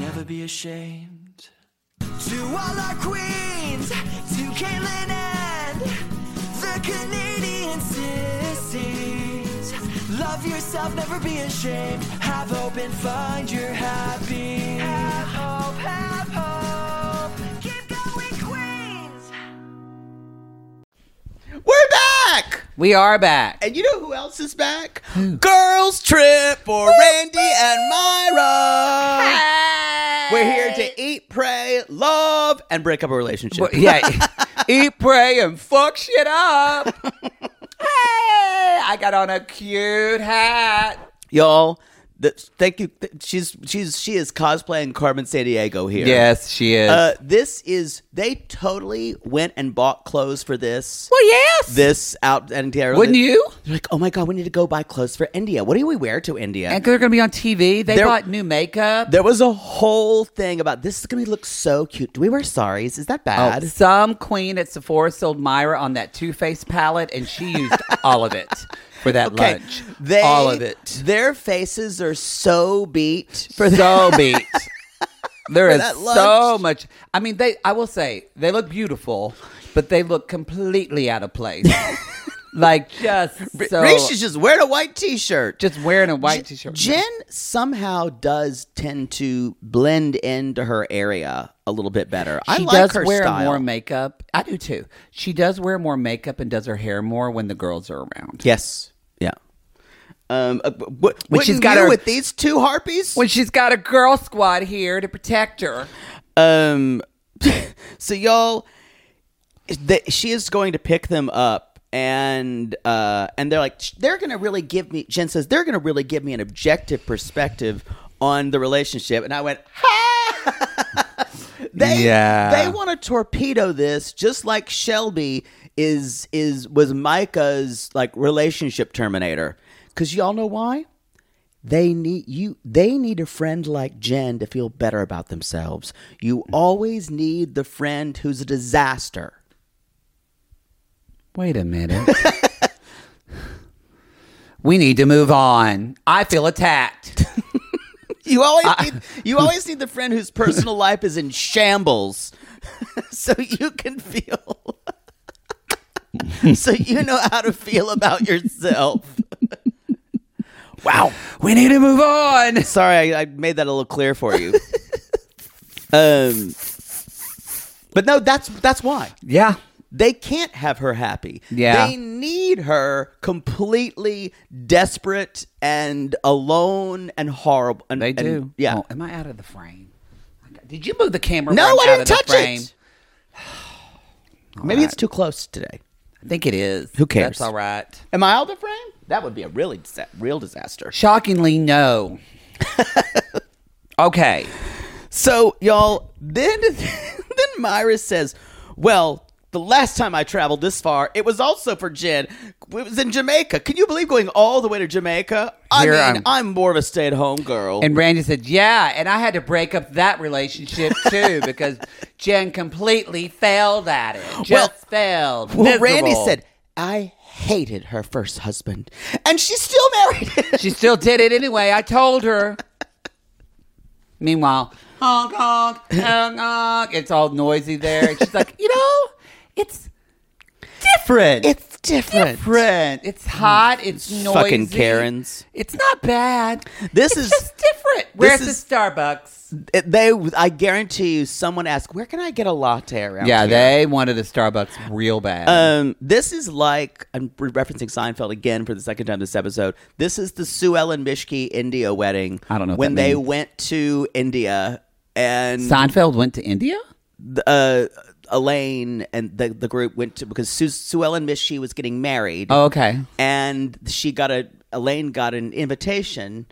F: never be ashamed. To all our queens, to Caitlin and the Canadian sissies. Love yourself, never be ashamed. Have hope and find your happy. Have hope, have hope. Keep going, queens.
B: We're back!
C: We are back.
B: And you know who else is back? Girls Trip for Randy and Myra. We're here to eat, pray, love, and break up a relationship.
C: yeah. Eat, pray, and fuck shit up. hey, I got on a cute hat.
B: Y'all, th- thank you. th- she's she's she is cosplaying Carmen San Diego here.
G: Yes, she is.
B: Uh, this is they totally went and bought clothes for this.
C: Well, yes.
B: This out and Tara-
G: Wouldn't you?
B: They're like, oh my god, we need to go buy clothes for India. What do we wear to India?
C: and they're going to be on TV. They
B: There-
C: bought new makeup.
B: There was a whole thing about this is gonna look so cute. Do we wear saris? Is that
C: Oh,
B: bad?
C: some queen at Sephora sold Myra on that Too Faced palette, and she used all of it for that lunch.
B: They,
C: all of it.
B: Their faces are so beat for
C: so beat. There is
B: that
C: so
B: lunch.
C: much. I mean, they. I will say they look beautiful, but they look completely out of place. like just so,
B: Risha's just wearing a white t-shirt.
C: just wearing a white
B: J-
C: t-shirt.
B: Jen somehow does tend to blend into her area a little bit better. I
C: she
B: like
C: does
B: her
C: wear
B: style.
C: more makeup. I do too. She does wear more makeup and does her hair more when the girls are around.
B: yes. Yeah. Um, uh, but what,
C: When
B: what
C: she's
B: you
C: got her-
B: with these two harpies?
C: When she's got a girl squad here to protect her.
B: Um, so y'all, the, she is going to pick them up, and uh, and they're like, they're gonna really give me. Jen says they're gonna really give me an objective perspective on the relationship, and I went, ha! they
G: Yeah.
B: they want to torpedo this, just like Shelby is is was Micah's like relationship terminator, because y'all know why they need you they need a friend like jen to feel better about themselves you always need the friend who's a disaster
C: Wait a minute. we need to move on. I feel attacked.
B: you always need, you always need the friend whose personal life is in shambles so you can feel so you know how to feel about yourself wow
C: We need to move on.
B: Sorry, I, I made that a little clear for you. um, but no, that's that's why.
C: Yeah.
B: They can't have her happy.
C: Yeah.
B: They need her completely desperate and alone and horrible. And,
C: They
B: and-
C: do.
B: yeah.
C: Oh, am I out of the frame? Did you move the camera?
B: no,
C: where
B: I
C: I'm out
B: didn't
C: of the
B: touch
C: frame?
B: it. Maybe it's too close today.
C: I think it is.
B: Who cares?
C: That's all right.
B: Am I out of the frame? That would be a really disa- real disaster.
C: Shockingly, no. okay.
B: So, y'all, then then Myra says, "Well, the last time I traveled this far, it was also for Jen. It was in Jamaica. Can you believe going all the way to Jamaica? I
C: Here
B: mean,
C: I'm-
B: I'm, more of a stay-at-home girl."
C: And Randy said, "Yeah," and I had to break up that relationship too because Jen completely failed at it. Just
B: Well-
C: failed.
B: well, Randy
C: Miserable.
B: said, "I hated her first husband, and she's still married.
C: She still did it anyway. I told her. Meanwhile, honk honk honk honk. It's all noisy there. And she's like, you know, it's different.
B: it's different.
C: different. It's hot. It's noisy.
B: Fucking Karens.
C: It's not bad.
B: This
C: It's
B: is-
C: just different. Where's
B: is-
C: the Starbucks?
B: It- They, I guarantee you, someone asked, "Where can I get a latte around?"
C: Yeah,
B: here?
C: they wanted a Starbucks real bad.
B: Um, this is like I'm re- referencing Seinfeld again for the second time this episode. This is the Sue Ellen Mishke India wedding.
C: I don't know what
B: when
C: that
B: they
C: means.
B: went to India and
C: Um, Seinfeld went to India.
B: uh, Elaine and the the group went to because Sue, Sue Ellen Mishke was getting married.
C: Oh, okay.
B: and she got a Elaine got an invitation.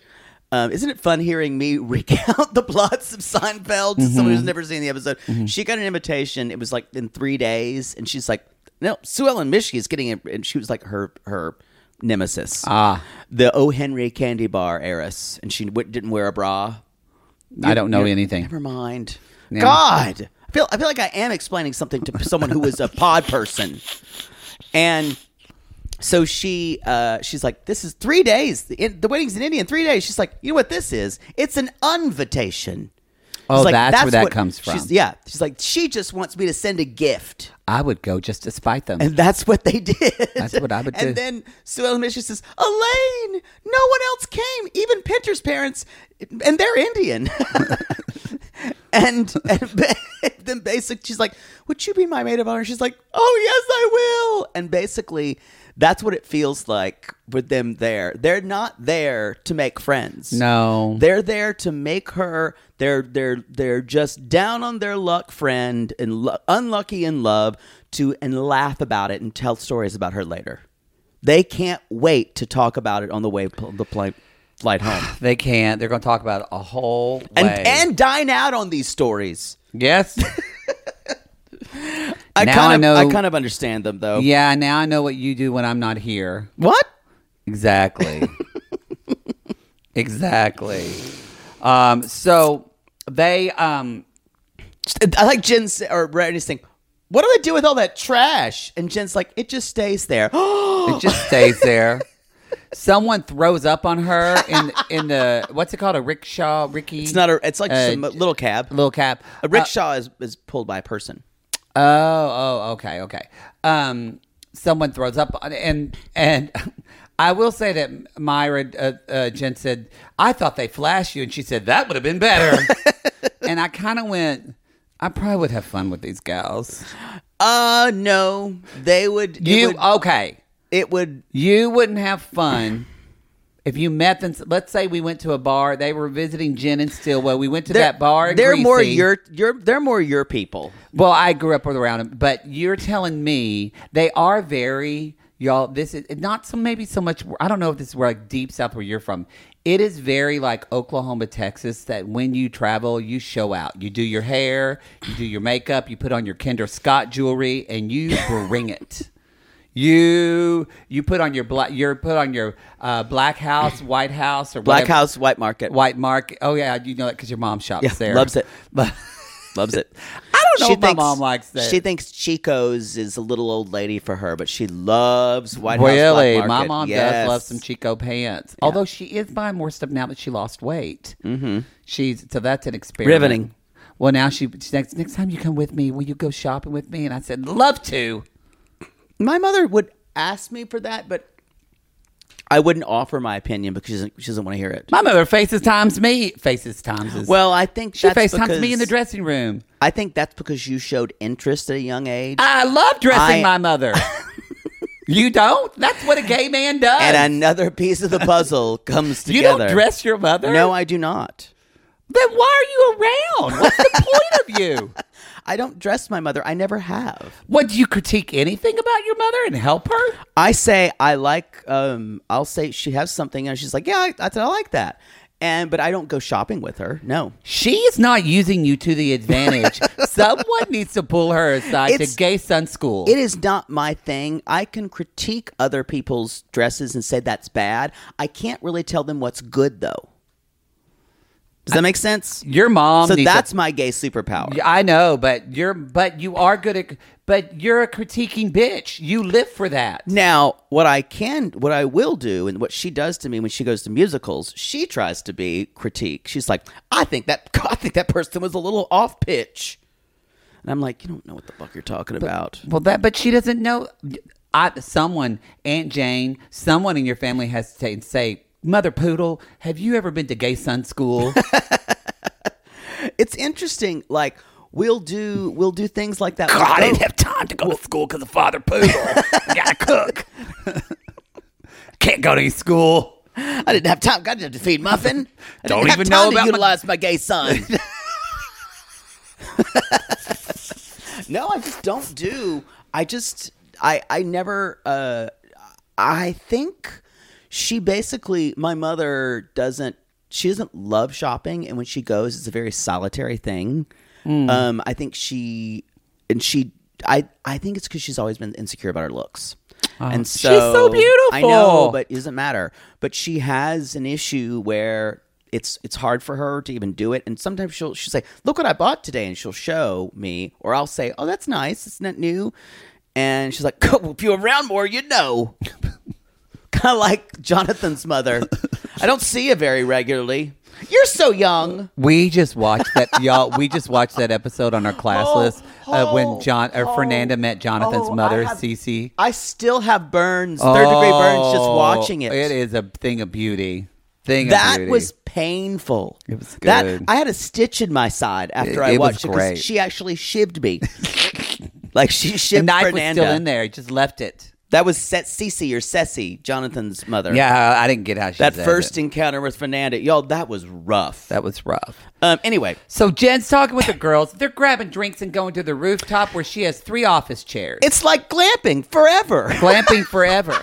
B: Um, isn't it fun hearing me recount the plots of Seinfeld to someone who's never seen the episode? She got an invitation. It was like in three days, and she's like, "No, Sue Ellen Mishke is getting it," and she was like her her nemesis,
C: Ah,
B: the O. Henry candy bar heiress, and she w- didn't wear a bra.
C: I don't know anything.
B: Never mind. God, I feel I feel like I am explaining something to someone who is a pod person, and so she uh, she's like, "This is three days. The, the wedding's in India in three days." She's like, "You know what this is? It's an invitation."
C: Oh,
B: She's like,
C: that's, where that
B: what-
C: comes from.
B: She's, yeah, she's like, "She just wants me to send a gift."
C: I would go just to spite them.
B: And that's what they did.
C: That's what I would
B: and
C: do.
B: then Sue Ellen Mishke says, Elaine, no one else came, even Pinter's parents, and they're Indian. and, and ba- then basically, she's like, Would you be my maid of honor? She's like, Oh, yes, I will. And basically, that's what it feels like with them there. They're not there to make friends.
C: no,
B: They're there to make her. They're they're they're just down on their luck, friend, and lu- unlucky in love to and laugh about it and tell stories about her later. They can't wait to talk about it on the way pl- the plane flight home
C: They can't. They're going to talk about it a whole way.
B: and and dine out on these stories.
C: yes,
B: I
C: Now
B: kind
C: I
B: of
C: know-
B: kind of understand them though.
C: yeah. Now I know what you do when I'm not here.
B: What?
C: Exactly. exactly. Um. So they um.
B: I like Jen sa- or Brandy's saying, "What do they do with all that trash?" And Jen's like, "It just stays there."
C: It just stays there. Someone throws up on her in in the what's it called a rickshaw, Ricky.
B: it's not a. It's like
C: Uh,
B: some little cab.
C: little uh, cap.
B: A rickshaw is, is pulled by a person.
C: Oh, oh, okay, okay. Um, someone throws up, on- and and I will say that Myra uh, uh, Jen said, "I thought they flashed you," and she said, "That would have been better." and I kind of went, "I probably would have fun with these gals."
B: Uh, no, they would. It
C: You
B: would,
C: okay?
B: it would
C: You wouldn't have fun. If you met them, let's say we went to a bar. They were visiting Jen and Stillwell. We went to
B: they're-
C: that bar. in
B: They're more
C: Greasy.
B: your your. They're more your people.
C: Well, I grew up around them, but you're telling me they are very y'all. This is not so maybe so much. I don't know if this is where like deep south where you're from. It is very like Oklahoma, Texas. That when you travel, you show out. You do your hair, you do your makeup, you put on your Kinder Scott jewelry, and you bring it. You you put on your black you put on your uh, black house, white house, or
B: Black
C: whatever-
B: House, White Market,
C: white market. Oh yeah, you know that because your mom shops
B: Yeah,
C: there.
B: loves it.
C: But
B: loves it.
C: I don't know if my mom likes that.
B: She thinks Chico's is a little old lady for her, but she loves White House. Black
C: really,
B: Market.
C: eh, my mom
B: Yes.
C: does love some Chico pants. Although she is buying more stuff now that she lost weight. Mm-hmm. She's so that's an experiment.
B: Riveting.
C: Well, now she she- next next time you come with me, will you go shopping with me? And I said, love to.
B: My mother would ask me for that, but I wouldn't offer my opinion because she doesn't, she doesn't want to hear it.
C: My mother faces times me. Faces times. Is,
B: well, I think
C: she
B: that's
C: FaceTimes me in the
B: because-
C: dressing room.
B: I think that's because you showed interest at a young age.
C: I love dressing
B: I-
C: my mother. you don't. That's what a gay man does.
B: and another piece of the puzzle comes
C: you
B: together.
C: don't dress your mother.
B: No, I do not.
C: Then why are you around? What's the point of you?
B: I don't dress my mother. I never have.
C: What do you critique anything about your mother and help her?
B: I say I like. Um, I'll say she has something, and she's like, "Yeah, I, I, said I like that." And but I don't go shopping with her. No,
C: She is not using you to the advantage. Someone needs to pull her aside
B: It's-
C: to gay sun school.
B: it is not my thing. I can critique other people's dresses and say that's bad. I can't really tell them what's good though. Does that make sense?
C: Your mom.
B: so
C: needs to-
B: that's my gay superpower.
C: Yeah, I know, but you're but you are good at but you're a critiquing bitch. You live for that.
B: Now, what I can, what I will do, and what she does to me when she goes to musicals, she tries to be critique. She's like, "I think that, I think that person was a little off pitch," and I'm like, "You don't know what the fuck you're talking about."
C: Well, that but she doesn't know. I someone Aunt Jane, someone in your family has to say, Mother Poodle, have you ever been to Gay Sun School?
B: It's interesting. Like we'll do, we'll do things like that.
C: I
B: We'll
C: didn't
B: go-
C: have time to go to school because of Father Poodle. I gotta cook. Can't go to any school.
B: I didn't have time. Got to feed Muffin. I
C: Don't
B: didn't have
C: even
B: time
C: know
B: to
C: about my-
B: utilize my... gay son. no, I just don't do. I just I I never. Uh, I think she basically my mother doesn't. She doesn't love shopping, and when she goes, it's a very solitary thing.
C: Hmm.
B: Um, I think she and she. I I think it's because she's always been insecure about her looks. And so
C: Ah. She's so
B: I know,
C: beautiful.
B: but it doesn't matter. But she has an issue where it's it's hard for her to even do it. And sometimes she'll she'll say, "Look what I bought today," and she'll show me, or I'll say, "Oh, that's nice. Isn't that new?" And she's like, "Well, "If you were around more, you'd know." kind of like Jonathan's mother. I don't see you very regularly. You're so young.
C: We just watched that, y'all. We just watched that episode on our class list uh, when John or Fernanda met Jonathan's
B: oh, I
C: mother,
B: have-
C: Cece.
B: I still have burns, third degree burns, just
C: Oh,
B: watching it.
C: It is a thing of beauty. Thing of
B: That
C: beauty.
B: was painful. It
C: was
B: That
C: good.
B: I had a stitch in my side after
C: It-
B: I
C: it was
B: watched it 'cause
C: great.
B: she actually shivved me. like she
C: the
B: shivved
C: knife
B: Fernanda.
C: was still in there. He just left it.
B: That was Set Cece or Ceci, Jonathan's mother.
C: Yeah, I didn't get how she
B: That
C: said
B: first
C: it.
B: encounter with Fernanda, y'all, that was rough.
C: That was rough.
B: um, anyway,
C: So Jen's talking with the girls. They're grabbing drinks and going to the rooftop where she has three office chairs.
B: it's like glamping forever.
C: glamping forever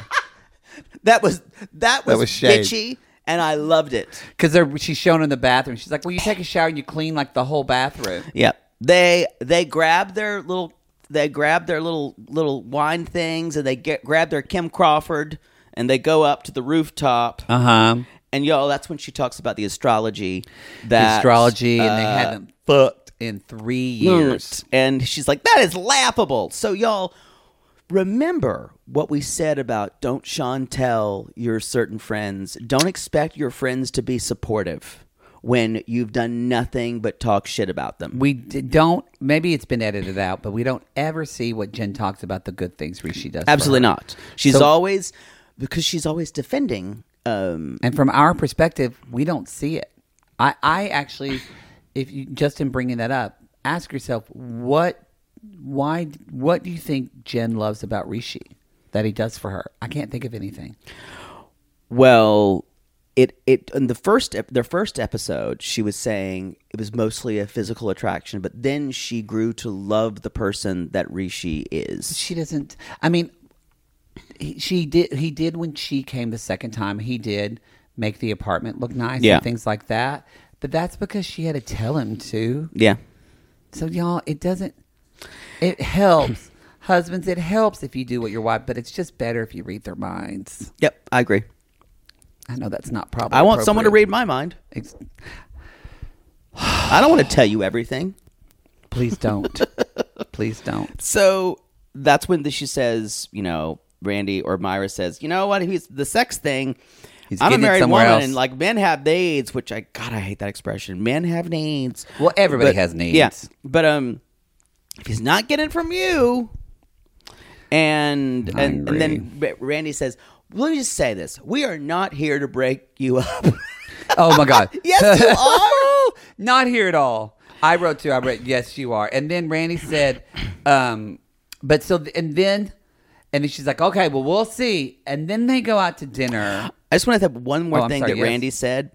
B: that was that was,
H: was shade.
B: bitchy, and I loved it.
C: because she's shown in the bathroom. She's like, "Well, you take a shower and you clean like the whole bathroom."
B: Yeah. They they grab their little they grab their little little wine things and they get, grab their Kim Crawford and they go up to the rooftop.
C: Uh huh.
B: And y'all, that's when she talks about the astrology
C: The
B: that uh,
C: astrology, and they haven't fucked in three years.
B: And she's like, that is laughable. So y'all remember what we said about don't Sean tell your certain friends, don't expect your friends to be supportive when you've done nothing but talk shit about them.
C: We d- don't. Maybe it's been edited out, but we don't ever see what Jen talks about the good things she does. for
B: Absolutely
C: her.
B: not. She's
C: So-
B: always because she's always defending. Um,
C: And from our perspective, we don't see it. I, I actually, if you just in bringing that up, ask yourself what, why, what do you think Jen loves about Rishi that he does for her? I can't think of anything.
B: well, it it in the first ep- their first episode, she was saying it was mostly a physical attraction, but then she grew to love the person that Rishi is.
C: She doesn't. I mean, he, she did. He did when she came the second time. He did make the apartment look nice
B: Yeah.
C: and things like that. But that's because she had to tell him to.
B: Yeah,
C: So y'all, it doesn't. It helps, husbands. It helps if you do what your wife, but it's just better if you read their minds.
B: yep, I agree.
C: I know that's not probably.
B: I want someone to read
C: appropriate.
B: my mind.
C: Ex-
B: I don't want to tell you everything.
C: Please don't. Please don't.
B: So that's when the, she says, you know, Randy or Myra says, you know what? He's the sex thing.
C: He's
B: I'm a
C: getting it
B: married
C: somewhere
B: woman,
C: else.
B: and like men have needs, which I God, I hate that expression. Men have needs.
C: Well, everybody
B: But-
C: has needs.
B: Yeah, but um, if he's not getting it from you, and
C: I
B: and, and then Ra- Randy says, "Let me just say this: we are not here to break you up."
C: Oh my God.
B: yes, you are.
C: Not here at all. I wrote too. I wrote yes, you are. And then Randy said, um, but so and then and then she's like, okay, well we'll see. And then they go out to dinner.
B: I just want to have one more
C: Oh, I'm
B: thing
C: sorry,
B: that
C: yes.
B: Randy said.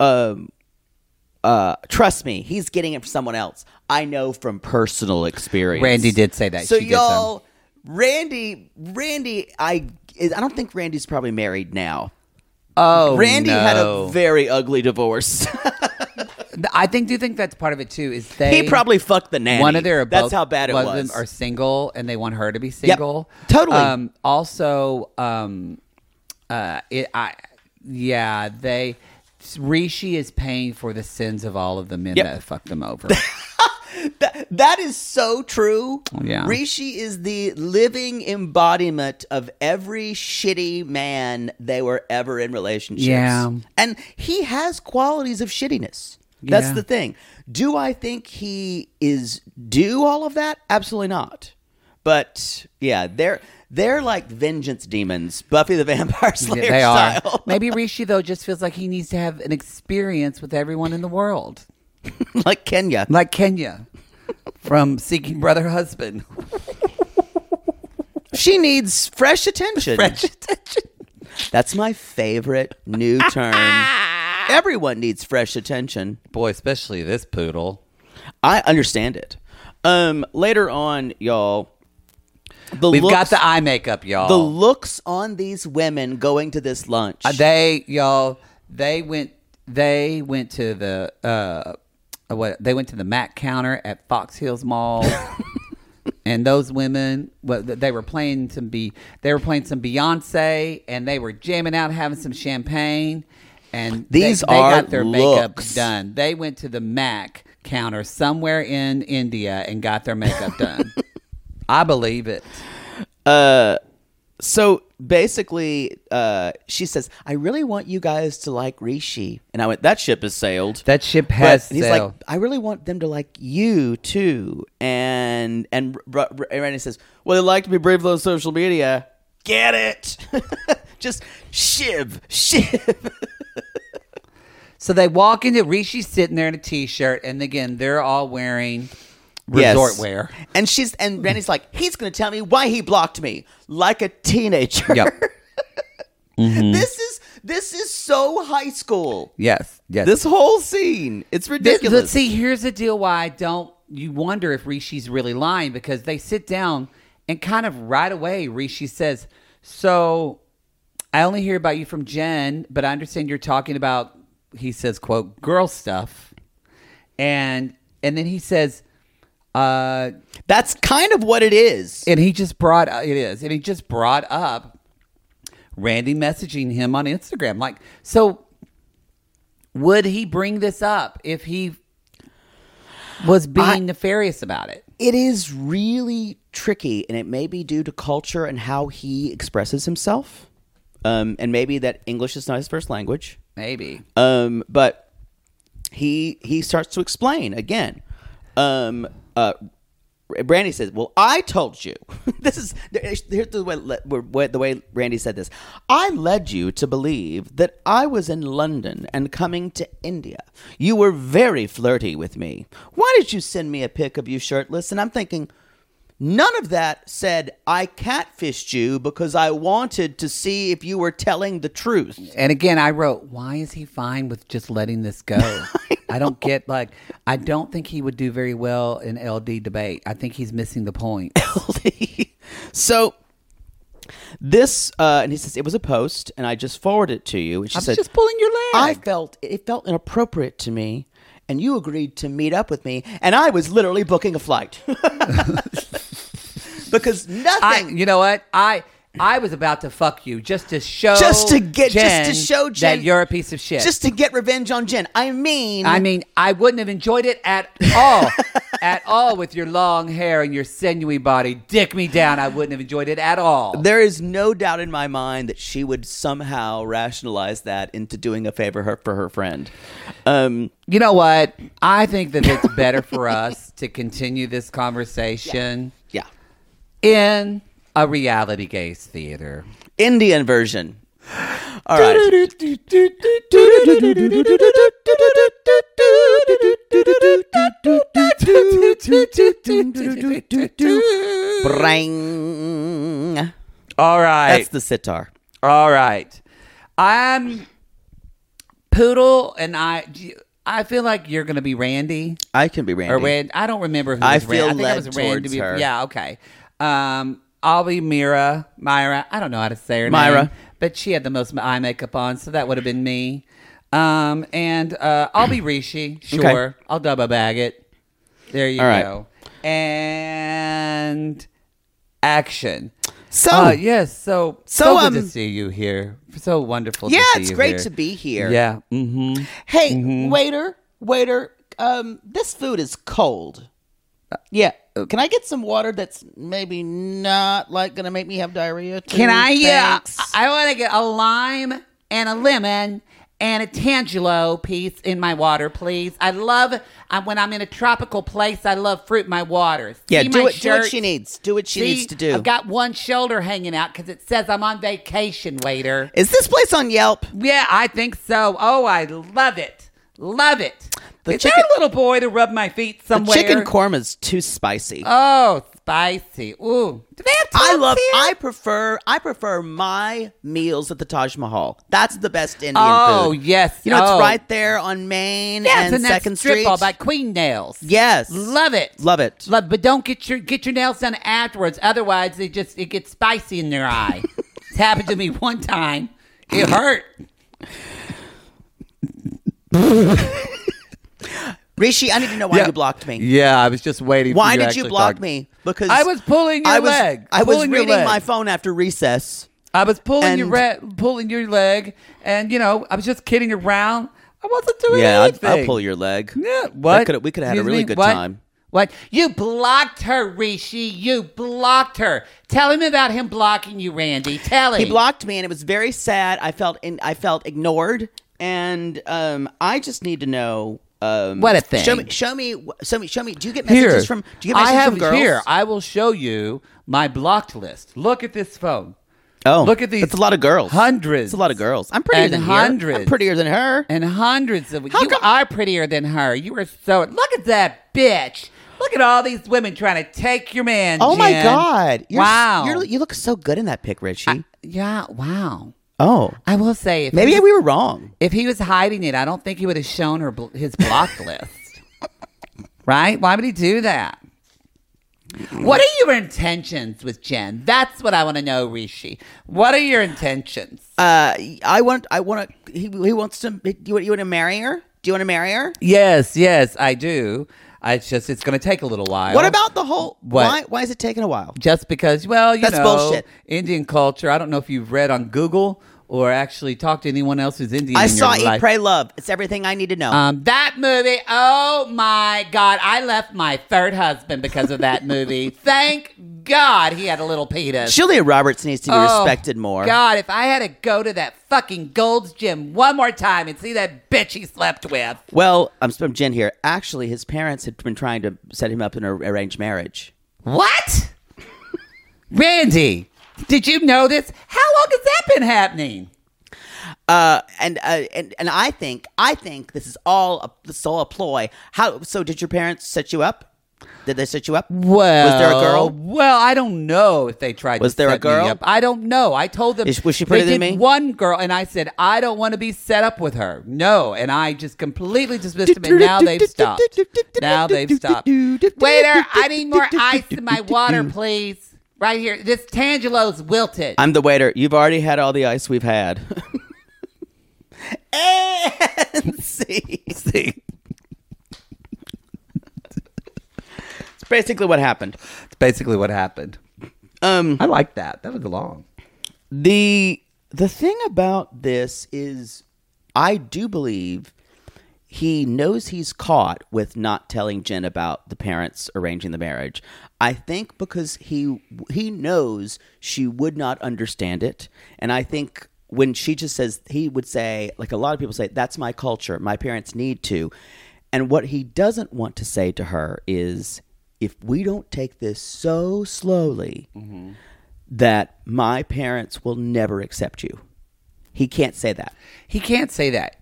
B: Um, uh, trust me, he's getting it from someone else. I know from personal experience.
C: Randy did say that.
B: So
C: She did so.
B: y'all, Randy, Randy, I, I don't think Randy's probably married now.
C: Oh,
B: Randy had a
C: no.
B: very ugly divorce.
C: I think do think that's part of it too. Is they
B: he probably fucked the nanny.
C: One of their
B: That's
C: both-
B: how bad it
C: one
B: was.
C: Of them are single and they want her to be single.
B: Totally.
C: Um, also, um, uh, it, I yeah they Rishi is paying for the sins of all of the men
B: Yep.
C: that fucked them over.
B: That, that is so true.
C: Yeah.
B: Rishi is the living embodiment of every shitty man they were ever in relationships.
C: Yeah.
B: And he has qualities of shittiness. That's
C: Yeah.
B: the thing. Do I think he is do all of that? Absolutely not. But yeah, they're they're like vengeance demons, Buffy the Vampire Slayer
C: they are.
B: style.
C: Maybe Rishi though just feels like he needs to have an experience with everyone in the world,
B: like Kenya.
C: like Kenya from Seeking Brother Husband.
B: She needs fresh attention.
C: Fresh attention.
B: That's my favorite new term. Everyone needs fresh attention.
C: Boy, especially this poodle.
B: I understand it. Um, later on, y'all, the
C: We've
B: looks,
C: got the eye makeup, y'all.
B: the looks on these women going to this lunch.
C: Uh, they y'all they went they went to the uh uh, what they went to the Mac counter at Fox Hills Mall. And those women, well, th- they were playing some be, they were playing some Beyonce, and they were jamming out, having some champagne, and they-
B: These
C: they,
B: are
C: got their
B: looks.
C: makeup done. They went to the Mac counter somewhere in India and got their makeup done. I believe it.
B: so basically, uh, she says, "I really want you guys to like Rishi," and I went, "That ship has sailed."
C: That ship
B: But-
C: has
B: and he's
C: sailed.
B: like, I really want them to like you too. And and R- R- R- Randy says, well, they like to be brave on social media. Get it? Just shiv, shiv.
C: So they walk into Rishi's sitting there in a t-shirt, and again they're all wearing resort wear.
B: And she's and Randy's like, he's gonna tell me why he blocked me like a teenager.
C: Yep. Mm-hmm.
B: this is this is so high school.
C: Yes, yes.
B: This whole scene, it's
C: This-
B: ridiculous.
C: but see, here's the deal: why I don't you wonder if Rishi's really lying because they sit down and kind of right away Rishi says, "So I only hear about you from Jen, but I understand you're talking about," he says, "quote girl stuff," and and then he says, "Uh."
B: That's kind of what it is.
C: and he just brought uh, it is and he just brought up randy messaging him on instagram like so would he bring this up if he was being nefarious about it
B: it is really tricky and it may be due to culture and how he expresses himself um, and maybe that english is not his first language
C: maybe
B: um, but he he starts to explain again um, uh, brandy says well i told you this is here's the way, the way randy said this i led you to believe that i was in london and coming to india you were very flirty with me why did you send me a pic of you shirtless and i'm thinking None of that said I catfished you because I wanted to see if you were telling the truth.
C: and again i wrote why is he fine with just letting this go I, don't get like i don't think he would do very well in ld debate i think he's missing the point
B: so this uh, and he says it was a post and i just forwarded it to you and she
C: i'm
B: said
C: just pulling your leg
B: i felt it felt inappropriate to me and you agreed to meet up with me and i was literally booking a flight because
C: I,
B: nothing
C: you know what? I I was about to fuck you just to show
B: Just to get- just to show Jen-
C: that you're a piece of shit.
B: just to get revenge on jen i mean
C: I mean, I wouldn't have enjoyed it at all, at all with your long hair and your sinewy body. Dick me down. I wouldn't have enjoyed it at all.
B: there is no doubt in my mind that she would somehow rationalize that into doing a favor her, for her friend um,
C: You know what? I think that it's better for us to continue this conversation
B: yeah
C: in a reality gaze theater.
B: indian version all right Brang.
C: All right.
B: That's the sitar.
C: All right. I'm Poodle and I I feel like you're going to be Randy
B: I can be Randy.
C: or Rand. I don't remember who
B: I
C: was
B: feel
C: Rand. I think I
B: led
C: was Rand to
B: towards
C: be,
B: her.
C: Yeah, okay. Um I'll be Mira, Myra. I don't know how to say her
B: Myra.
C: name, but she had the most eye makeup on, so that would have been me. Um and uh I'll be Rishi, sure. I'll double bag it. There you
B: All right.
C: go. And action.
B: So
I: Uh, yes. So
B: So,
I: so, good to
B: um,
I: see you here. So wonderful.
B: yeah,
I: to see
B: it's
I: you
B: great
I: here.
B: to be here.
I: Yeah. Mm-hmm.
B: Hey, waiter, waiter, um, this food is cold. Yeah. Can I get some water that's maybe not like gonna make me have diarrhea? Too?
C: Can I? Yeah,
B: Thanks.
C: I- I want to get a lime and a lemon and a tangelo piece in my water, please. I love I, when I'm in a tropical place. I love fruit in my water.
B: yeah,
C: See
B: do
C: my
B: it. Do what
C: shirt?
B: she needs. Do what she
C: See?
B: needs to do.
C: I've got one shoulder hanging out because it says I'm on vacation, waiter.
B: is this place on Yelp?
C: Yeah, I think so. Oh, I love it. Love it.
B: The
C: Is
B: chicken-
C: there a little boy to rub my feet
B: The
C: somewhere?
B: chicken korma's too spicy.
C: oh, spicy. Ooh. Do they have
B: I
C: tots
B: love.
C: here?
B: I prefer. I prefer my meals at the Taj Mahal. That's the best Indian
C: Oh,
B: food.
C: yes.
B: You know,
C: Oh.
B: it's right there on Main
C: Yes,
B: and,
C: and that
B: Second
C: strip
B: Street.
C: ball by Queen Nails.
B: yes,
C: Love it.
B: Love it.
C: Love, but don't get your get your nails done afterwards. Otherwise, they just it gets spicy in their eye. it's happened to me one time. It hurt.
B: Rishi, I need to know why
I: Yeah.
B: you blocked me.
I: Yeah, I was just waiting.
B: Why
I: for
B: did
I: actually
B: you block
I: talk-
B: me? Because
I: I was pulling your
B: I was,
I: leg.
B: I was
I: Pulling your
B: reading
I: leg.
B: my phone after recess.
I: I was pulling your
B: And-
I: re- pulling your leg, and you know, I was just kidding around. I wasn't doing anything.
B: your leg.
I: Yeah, what?
B: coulda- we coulda had a
I: Excuse
B: really
I: me,
B: good
I: what?
B: time.
C: What? You blocked her, Rishi. You blocked her. Tell him about him blocking you, Randy. Tell him.
B: He blocked me, and it was very sad. I felt in, I felt ignored, and um, I just need to know um,
C: What a thing.
B: Show me, show me, show me, show me. Do you get
I: Here.
B: messages from? Do you get messages
C: I have
B: from girls?
C: here. I will show you my blocked list. Look at this phone.
B: oh,
C: look at these
B: It's a lot of girls.
C: hundreds.
B: It's a lot of girls. I'm prettier
C: And
B: than Her. I'm
C: hundreds.
B: prettier than her.
C: and hundreds of
B: How
C: you
B: come-
C: are prettier than her. You are so look at that bitch. Look at all these women trying to take your man.
B: oh my
C: Jen.
B: god! You're, s-
C: wow.
B: you're, you look so good in that pic, Richie.
C: yeah. Wow.
B: oh,
C: I will say if
B: maybe
C: he,
B: we were wrong.
C: if he was hiding it, I don't think he would have shown her bl- his block list. Right? Why would he do that? What are your intentions with Jen? That's what I want to know, Rishi. What are your intentions?
B: Uh, I want, I want to. He, he wants to. You, want- you want to marry her? Do you want to marry her?
C: Yes, yes, I do. I, it's just it's going to take a little while.
B: What about the whole?
C: What?
B: Why? Why is it taking a while?
C: just because well you
B: That's
C: know
B: bullshit.
C: indian culture i don't know if you've read on google or actually talked to anyone else who's indian
B: I
C: in
B: saw
C: your
B: Eat,
C: life.
B: Pray, Love. It's everything I need to know.
C: um, that movie oh my god i left my third husband because of that movie thank god he had a little penis
B: Julia Roberts needs to be
C: Oh,
B: respected more.
C: god if i had to go to that fucking gold's gym one more time and see that bitch he slept with
B: Well, I'm from Jen here. Actually, his parents had been trying to set him up in an arranged marriage.
C: what randy did you know this how long has that been happening
B: Uh, and uh, and and I think I think this is all a, this is all a ploy. How? So did your parents set you up? Did they set you up?
C: Well,
B: was there a girl?
C: Well, I don't know if they tried.
B: Was
C: to
B: there a
C: set me
B: girl?
C: up. I don't know. I told them
B: Is- was she
C: they
B: prettier than
C: did
B: me?
C: One girl, and I said I don't want to be set up with her. No, and I just completely dismissed them. And now they've stopped. Now they've stopped. Waiter, I need more ice in my water, please. Right here, this Tangelo's wilted.
B: I'm the waiter. You've already had all the ice we've had. and see, see. It's basically what happened.
I: It's basically what happened.
B: Um,
I: I like that. That was long.
B: the the thing about this is, I do believe he knows he's caught with not telling Jen about the parents arranging the marriage. I think because he he knows she would not understand it, and I think when she just says he would say like a lot of people say that's my culture, my parents need to. And what he doesn't want to say to her is if we don't take this so slowly that my parents will never accept you. He can't say that.
C: he can't say that.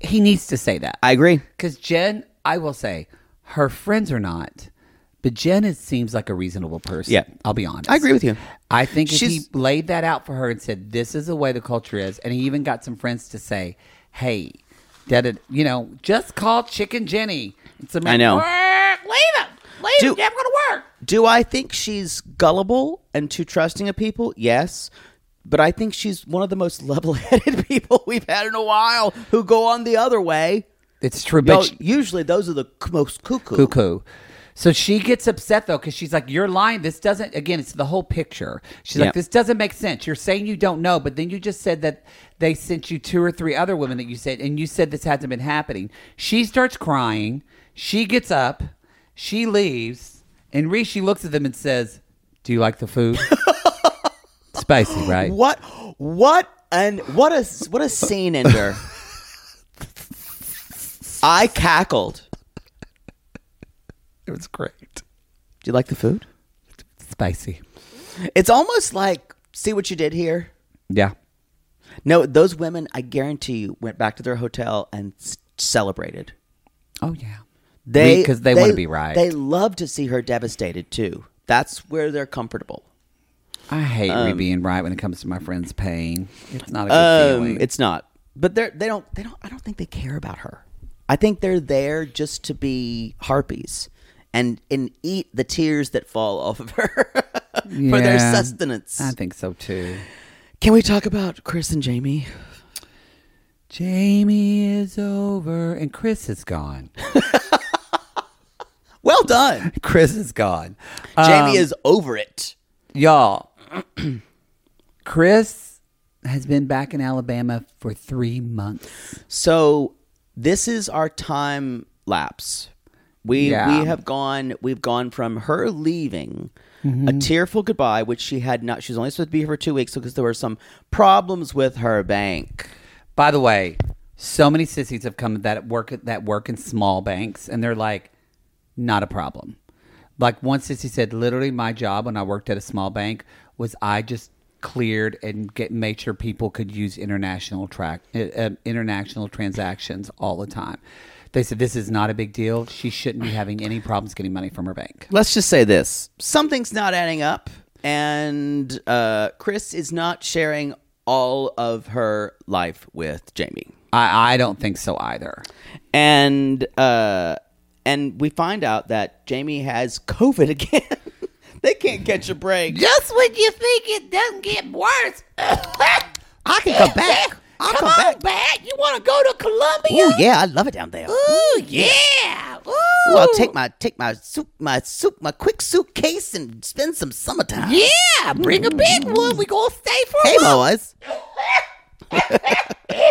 C: He needs to say that.
B: I agree.
C: Because Jen, I will say, her friends are not, but Jen is, seems like a reasonable person.
B: Yeah.
C: I'll be honest.
B: I agree with you.
C: I think if
B: She's-
C: he laid that out for her and said, "This is the way the culture is," and he even got some friends to say, "Hey, that it, you know, just call Chicken Jenny." It's a
B: I know.
C: Leave him. Leave
B: Do-
C: him. Never gonna work.
B: Do I think she's gullible and too trusting of people? Yes. But I think she's one of the most level headed people we've had in a while who go on the other way.
C: It's true,
B: Though usually those are the c- most cuckoo.
C: cuckoo. So she gets upset though, because she's like, "You're lying. This doesn't. Again, it's the whole picture." She's
B: Yeah.
C: like, "This doesn't make sense. You're saying you don't know, but then you just said that they sent you two or three other women that you said, and you said this hasn't been happening." She starts crying. She gets up. She leaves. And Rishi looks at them and says, "Do you like the food? Spicy, right?
B: What? What? And what a what a scene ender. I cackled.
C: It was great.
B: Do you like the food?
C: Spicy.
B: It's almost like see what you did here.
C: Yeah."
B: No, those women, I guarantee you, went back to their hotel and s- celebrated.
C: Oh yeah.
B: They
C: because they, want to be right.
B: They love to see her devastated too. That's where they're comfortable.
C: I hate me being right when it comes to my friend's pain. It's not a good
B: Um,
C: feeling.
B: it's not, but they're they don't they don't. I don't think they care about her. I think they're there just to be harpies and and eat the tears that fall off of her for their
C: Yeah,
B: sustenance.
C: I think so too.
B: Can we talk about Chris and Jamie?
C: Jamie is over and Chris is gone.
B: Well done.
C: Chris is gone. Um,
B: Jamie is over it.
C: Y'all, Chris has been back in Alabama for three months.
B: So this is our time lapse. We
C: Yeah.
B: we have gone we've gone from her leaving a tearful goodbye, which she had not she was only supposed to be here for two weeks because there were some problems with her bank.
C: By the way, so many sissies have come that work that work in small banks, and they're like, not a problem. Like one sissy said, literally, my job when I worked at a small bank was I just cleared and get made sure people could use international track uh, uh, international transactions all the time. They said this is not a big deal. She shouldn't be having any problems getting money from her bank.
B: Let's just say this. Something's not adding up, and uh, Chris is not sharing all of her life with Jamie.
C: I, I don't think so either.
B: and uh, and we find out that Jamie has COVID again. they can't catch a break.
C: Just when you think it doesn't get worse, I can come back.
B: I'll come back.
C: You want to go to Columbia?
B: Ooh, yeah, I love it down there.
C: Ooh, yeah. Ooh.
B: Ooh, I'll take my take my soup my soup my quick suitcase and spend some summertime. Mm.
C: Yeah, bring a big one. We gonna stay for
B: Hey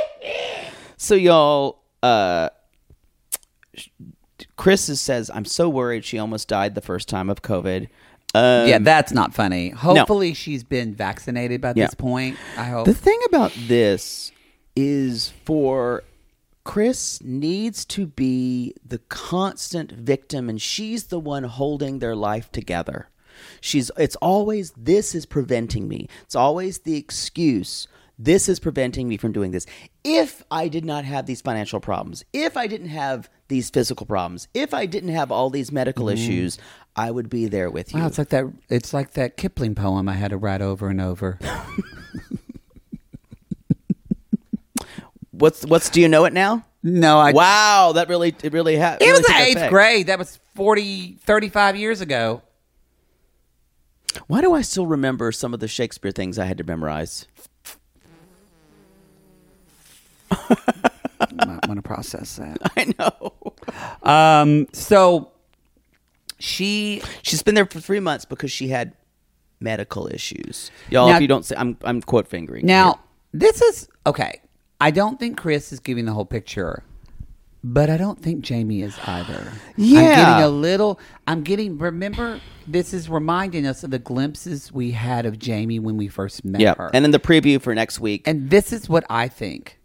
B: boys. so y'all, uh, Chris says I'm so worried she almost died the first time of COVID. Um,
C: Yeah, that's not funny. Hopefully, she's been vaccinated by
B: Yeah.
C: this point. I hope.
B: The thing about this is for Chris needs to be the constant victim and she's the one holding their life together. She's it's always this is preventing me. It's always the excuse this is preventing me from doing this. If I did not have these financial problems, if I didn't have these physical problems, if I didn't have all these medical issues, I would be there with you.
C: Mm-hmm. Wow, it's like that. It's like that Kipling poem I had to write over and over.
B: What's what's do you know it now?
C: no, I.
B: Wow, that really it really happened.
C: It was the eighth grade. That was 40, 35 years ago.
B: Why do I still remember some of the Shakespeare things I had to memorize?
C: Might want to process that.
B: I know.
C: Um. So she
B: She's been there for three months because she had medical issues. Y'all,
C: Now-
B: if you don't say, I'm I'm quote fingering
C: Now,
B: here.
C: this is okay. I don't think Chris is giving the whole picture, but I don't think Jamie is either. I'm
B: Yeah.
C: getting a little. I'm getting. Remember, this is reminding us of the glimpses we had of Jamie when we first met
B: Yeah,
C: her.
B: and then the preview for next week.
C: and this is what I think.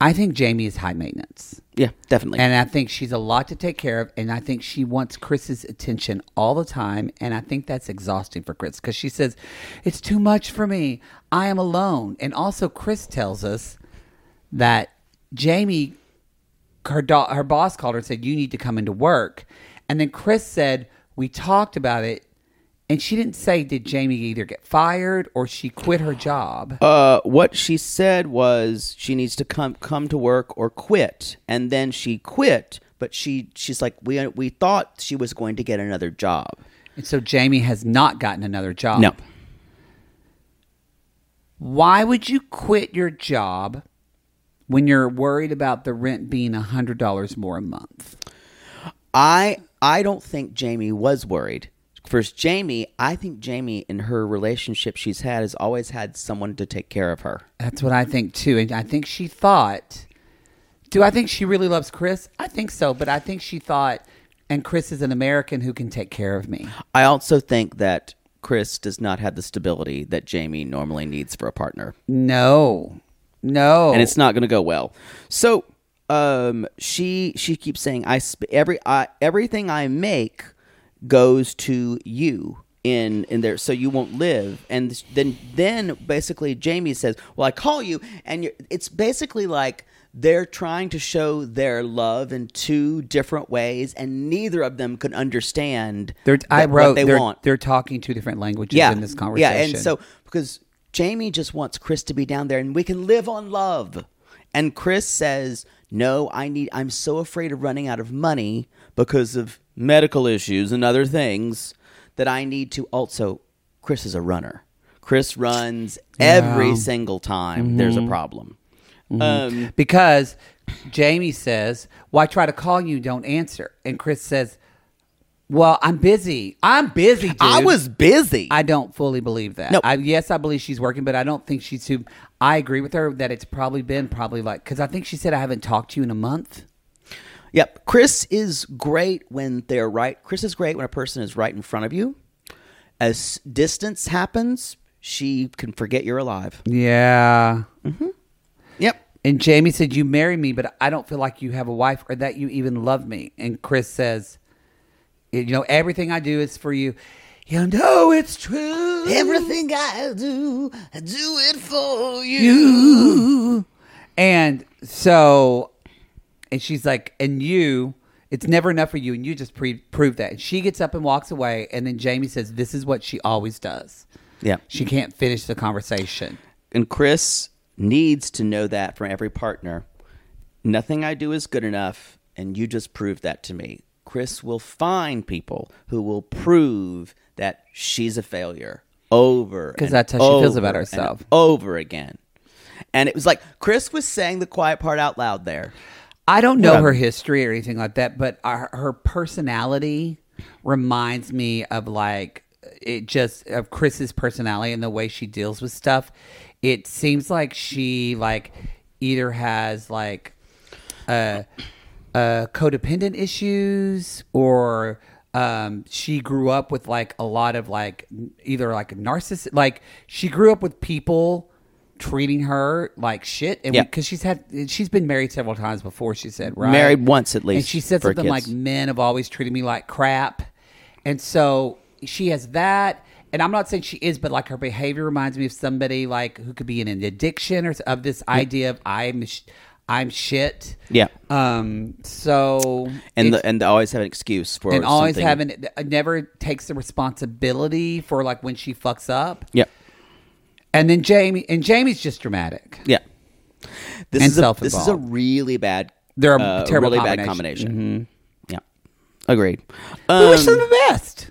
C: I think Jamie is high maintenance.
B: yeah, definitely.
C: And I think she's a lot to take care of. And I think she wants Chris's attention all the time. And I think that's exhausting for Chris because she says, It's too much for me. I am alone. And also, Chris tells us that Jamie, her, do- her boss called her and said, You need to come into work. And then Chris said, We talked about it. And she didn't say, Did Jamie either get fired or she quit her job?
B: uh, what she said was she needs to come come to work or quit, and then she quit. But she she's like we we thought she was going to get another job.
C: And so Jamie has not gotten another job.
B: No.
C: Why would you quit your job when you're worried about the rent being $100 more a month?
B: I I don't think Jamie was worried. First, Jamie, I think Jamie in her relationship she's had has always had someone to take care of her.
C: That's what I think too. And I think she thought, do I think she really loves Chris? I think so, but I think she thought, and Chris is an American who can take care of me.
B: I also think that Chris does not have the stability that Jamie normally needs for a partner.
C: No, no.
B: and it's not going to go well. So, um, she she keeps saying, "I sp- every I, everything I make goes to you in in there, so you won't live." And then then basically Jamie says, "Well, I call you," and you're, it's basically like they're trying to show their love in two different ways, and neither of them can understand.
C: They're, I
B: that- what
C: wrote
B: they
C: they're,
B: want
C: they're talking two different languages in this conversation.
B: and so because Jamie just wants Chris to be down there and we can live on love. And Chris says, "No, I need I'm so afraid of running out of money because of medical issues and other things that I need to also Chris is a runner. Chris runs every single time there's
C: Mm-hmm.
B: a problem. Um
C: because Jamie says, "Why try to call you? Don't answer." And Chris says, "Well, I'm busy. I'm busy. Dude.
B: I was busy.
C: I don't fully believe that.
B: No.
C: I, yes, I believe she's working, but I don't think she's too. I agree with her that it's probably been probably like because I think she said I haven't talked to you in a month.
B: Yep. Chris is great when they're right. Chris is great when a person is right in front of you. As distance happens, she can forget you're alive.
C: Yeah.
B: Yep.
C: And Jamie said, "You marry me, but I don't feel like you have a wife or that you even love me." And Chris says, "You know, everything I do is for you. You know it's true.
B: Everything I do, I do it for you.
C: you. And so, and she's like, and you, it's never enough for you. And you just pre- prove that. And she gets up and walks away. And then Jamie says, this is what she always does.
B: Yeah.
C: She can't finish the conversation.
B: And Chris needs to know that from every partner. Nothing I do is good enough, and you just proved that to me. Chris will find people who will prove that she's a failure over
C: 'Cause
B: and
C: that's how she feels
B: over
C: about
B: and
C: herself.
B: over again. And it was like Chris was saying the quiet part out loud there.
C: I don't know her history or anything like that, but our, her personality reminds me of like it just of Chris's personality and the way she deals with stuff. It seems like she like either has like uh uh codependent issues or um she grew up with like a lot of like either like a narcissist like she grew up with people treating her like shit and
B: Yeah.
C: because because she's had she's been married several times before. She said right,
B: Married once at least
C: and she said
B: for
C: something like,
B: kids.
C: "Men have always treated me like crap," and so she has that. And I'm not saying she is, but like her behavior reminds me of somebody like who could be in an addiction or s- of this idea of I'm sh- I'm shit.
B: Yeah.
C: Um. So
B: And
C: it's-
B: the, and they always have an excuse for
C: and always
B: something.
C: having never takes the responsibility for like when she fucks up.
B: yeah
C: And then Jamie and Jamie's just dramatic.
B: yeah. This
C: And
B: is a, this is a
C: self-involved.
B: really bad.
C: They're a
B: uh,
C: terrible
B: really bad
C: combination. Mm-hmm.
B: combination. Yeah, agreed.
C: We wish them
B: Um,
C: the best.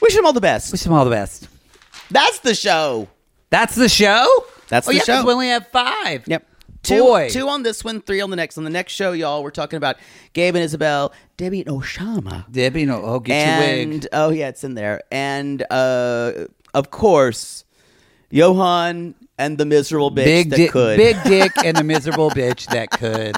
B: Wish them all the best.
C: Wish them all the best.
B: That's the show.
C: That's the show.
B: That's
C: oh,
B: the
C: yeah, 'cause
B: show.
C: We only have five.
B: Two,
C: Boy.
B: two on this one, three on the next. On the next show, y'all, we're talking about Gabe and Isabel, Debbie and Oshama.
C: Debbie, no. Oh, get your
B: and
C: wig.
B: oh yeah, it's in there. And uh, of course, Johan and the miserable bitch
C: Big
B: that
C: dick,
B: could.
C: big dick, and the miserable bitch that could.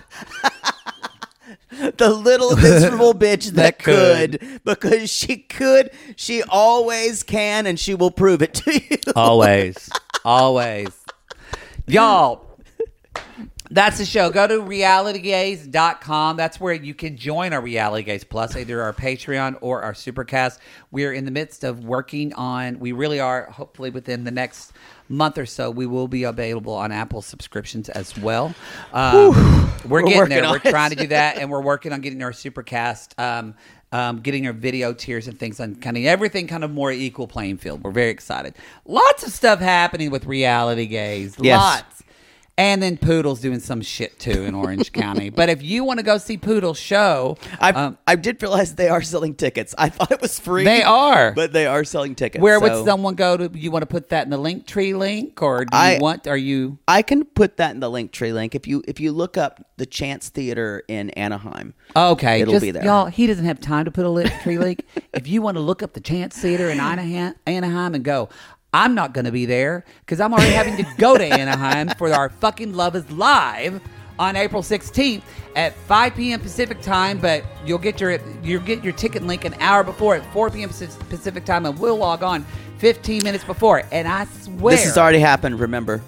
B: the little miserable bitch that,
C: That
B: could.
C: could.
B: because she could, she always can, and she will prove it to you.
C: Always, always, y'all. That's the show. Go to realitygaze.com. That's where you can join our Reality Gaze Plus, either our Patreon or our Supercast. We are in the midst of working on, we really are, hopefully within the next month or so, we will be available on Apple subscriptions as well. Um, we're getting
B: working
C: there.
B: on
C: We're
B: it.
C: trying to do that, and we're working on getting our Supercast, um, um, getting our video tiers and things on kind of everything kind of more equal playing field. We're very excited. Lots of stuff happening with Reality Gaze.
B: Yes.
C: Lots. And then Poodle's doing some shit too in Orange County. But if you want to go see Poodle's show,
J: I
C: um,
J: I did realize they are selling tickets. I thought it was free.
C: They are.
J: but they are selling tickets.
C: where
J: so-
C: would someone go to? You want to put that in the link tree link, or do you
J: I-
C: want? Are you?
J: I can put that in the link tree link if you if you look up the Chance Theater in Anaheim.
C: Oh, Okay,
J: it'll
C: just-
J: be there.
C: Y'all, he doesn't have time to put a lit tree link. if you want to look up the Chance Theater in Anaheim, Anaheim and go, I'm not going to be there because I'm already having to go to Anaheim for our fucking Love Is Live on April 16th at 5 p.m. Pacific time. But you'll get your you will get your ticket link an hour before at 4 p.m. Paci- Pacific time, and we'll log on 15 minutes before. And I swear,
J: This has already happened. Remember,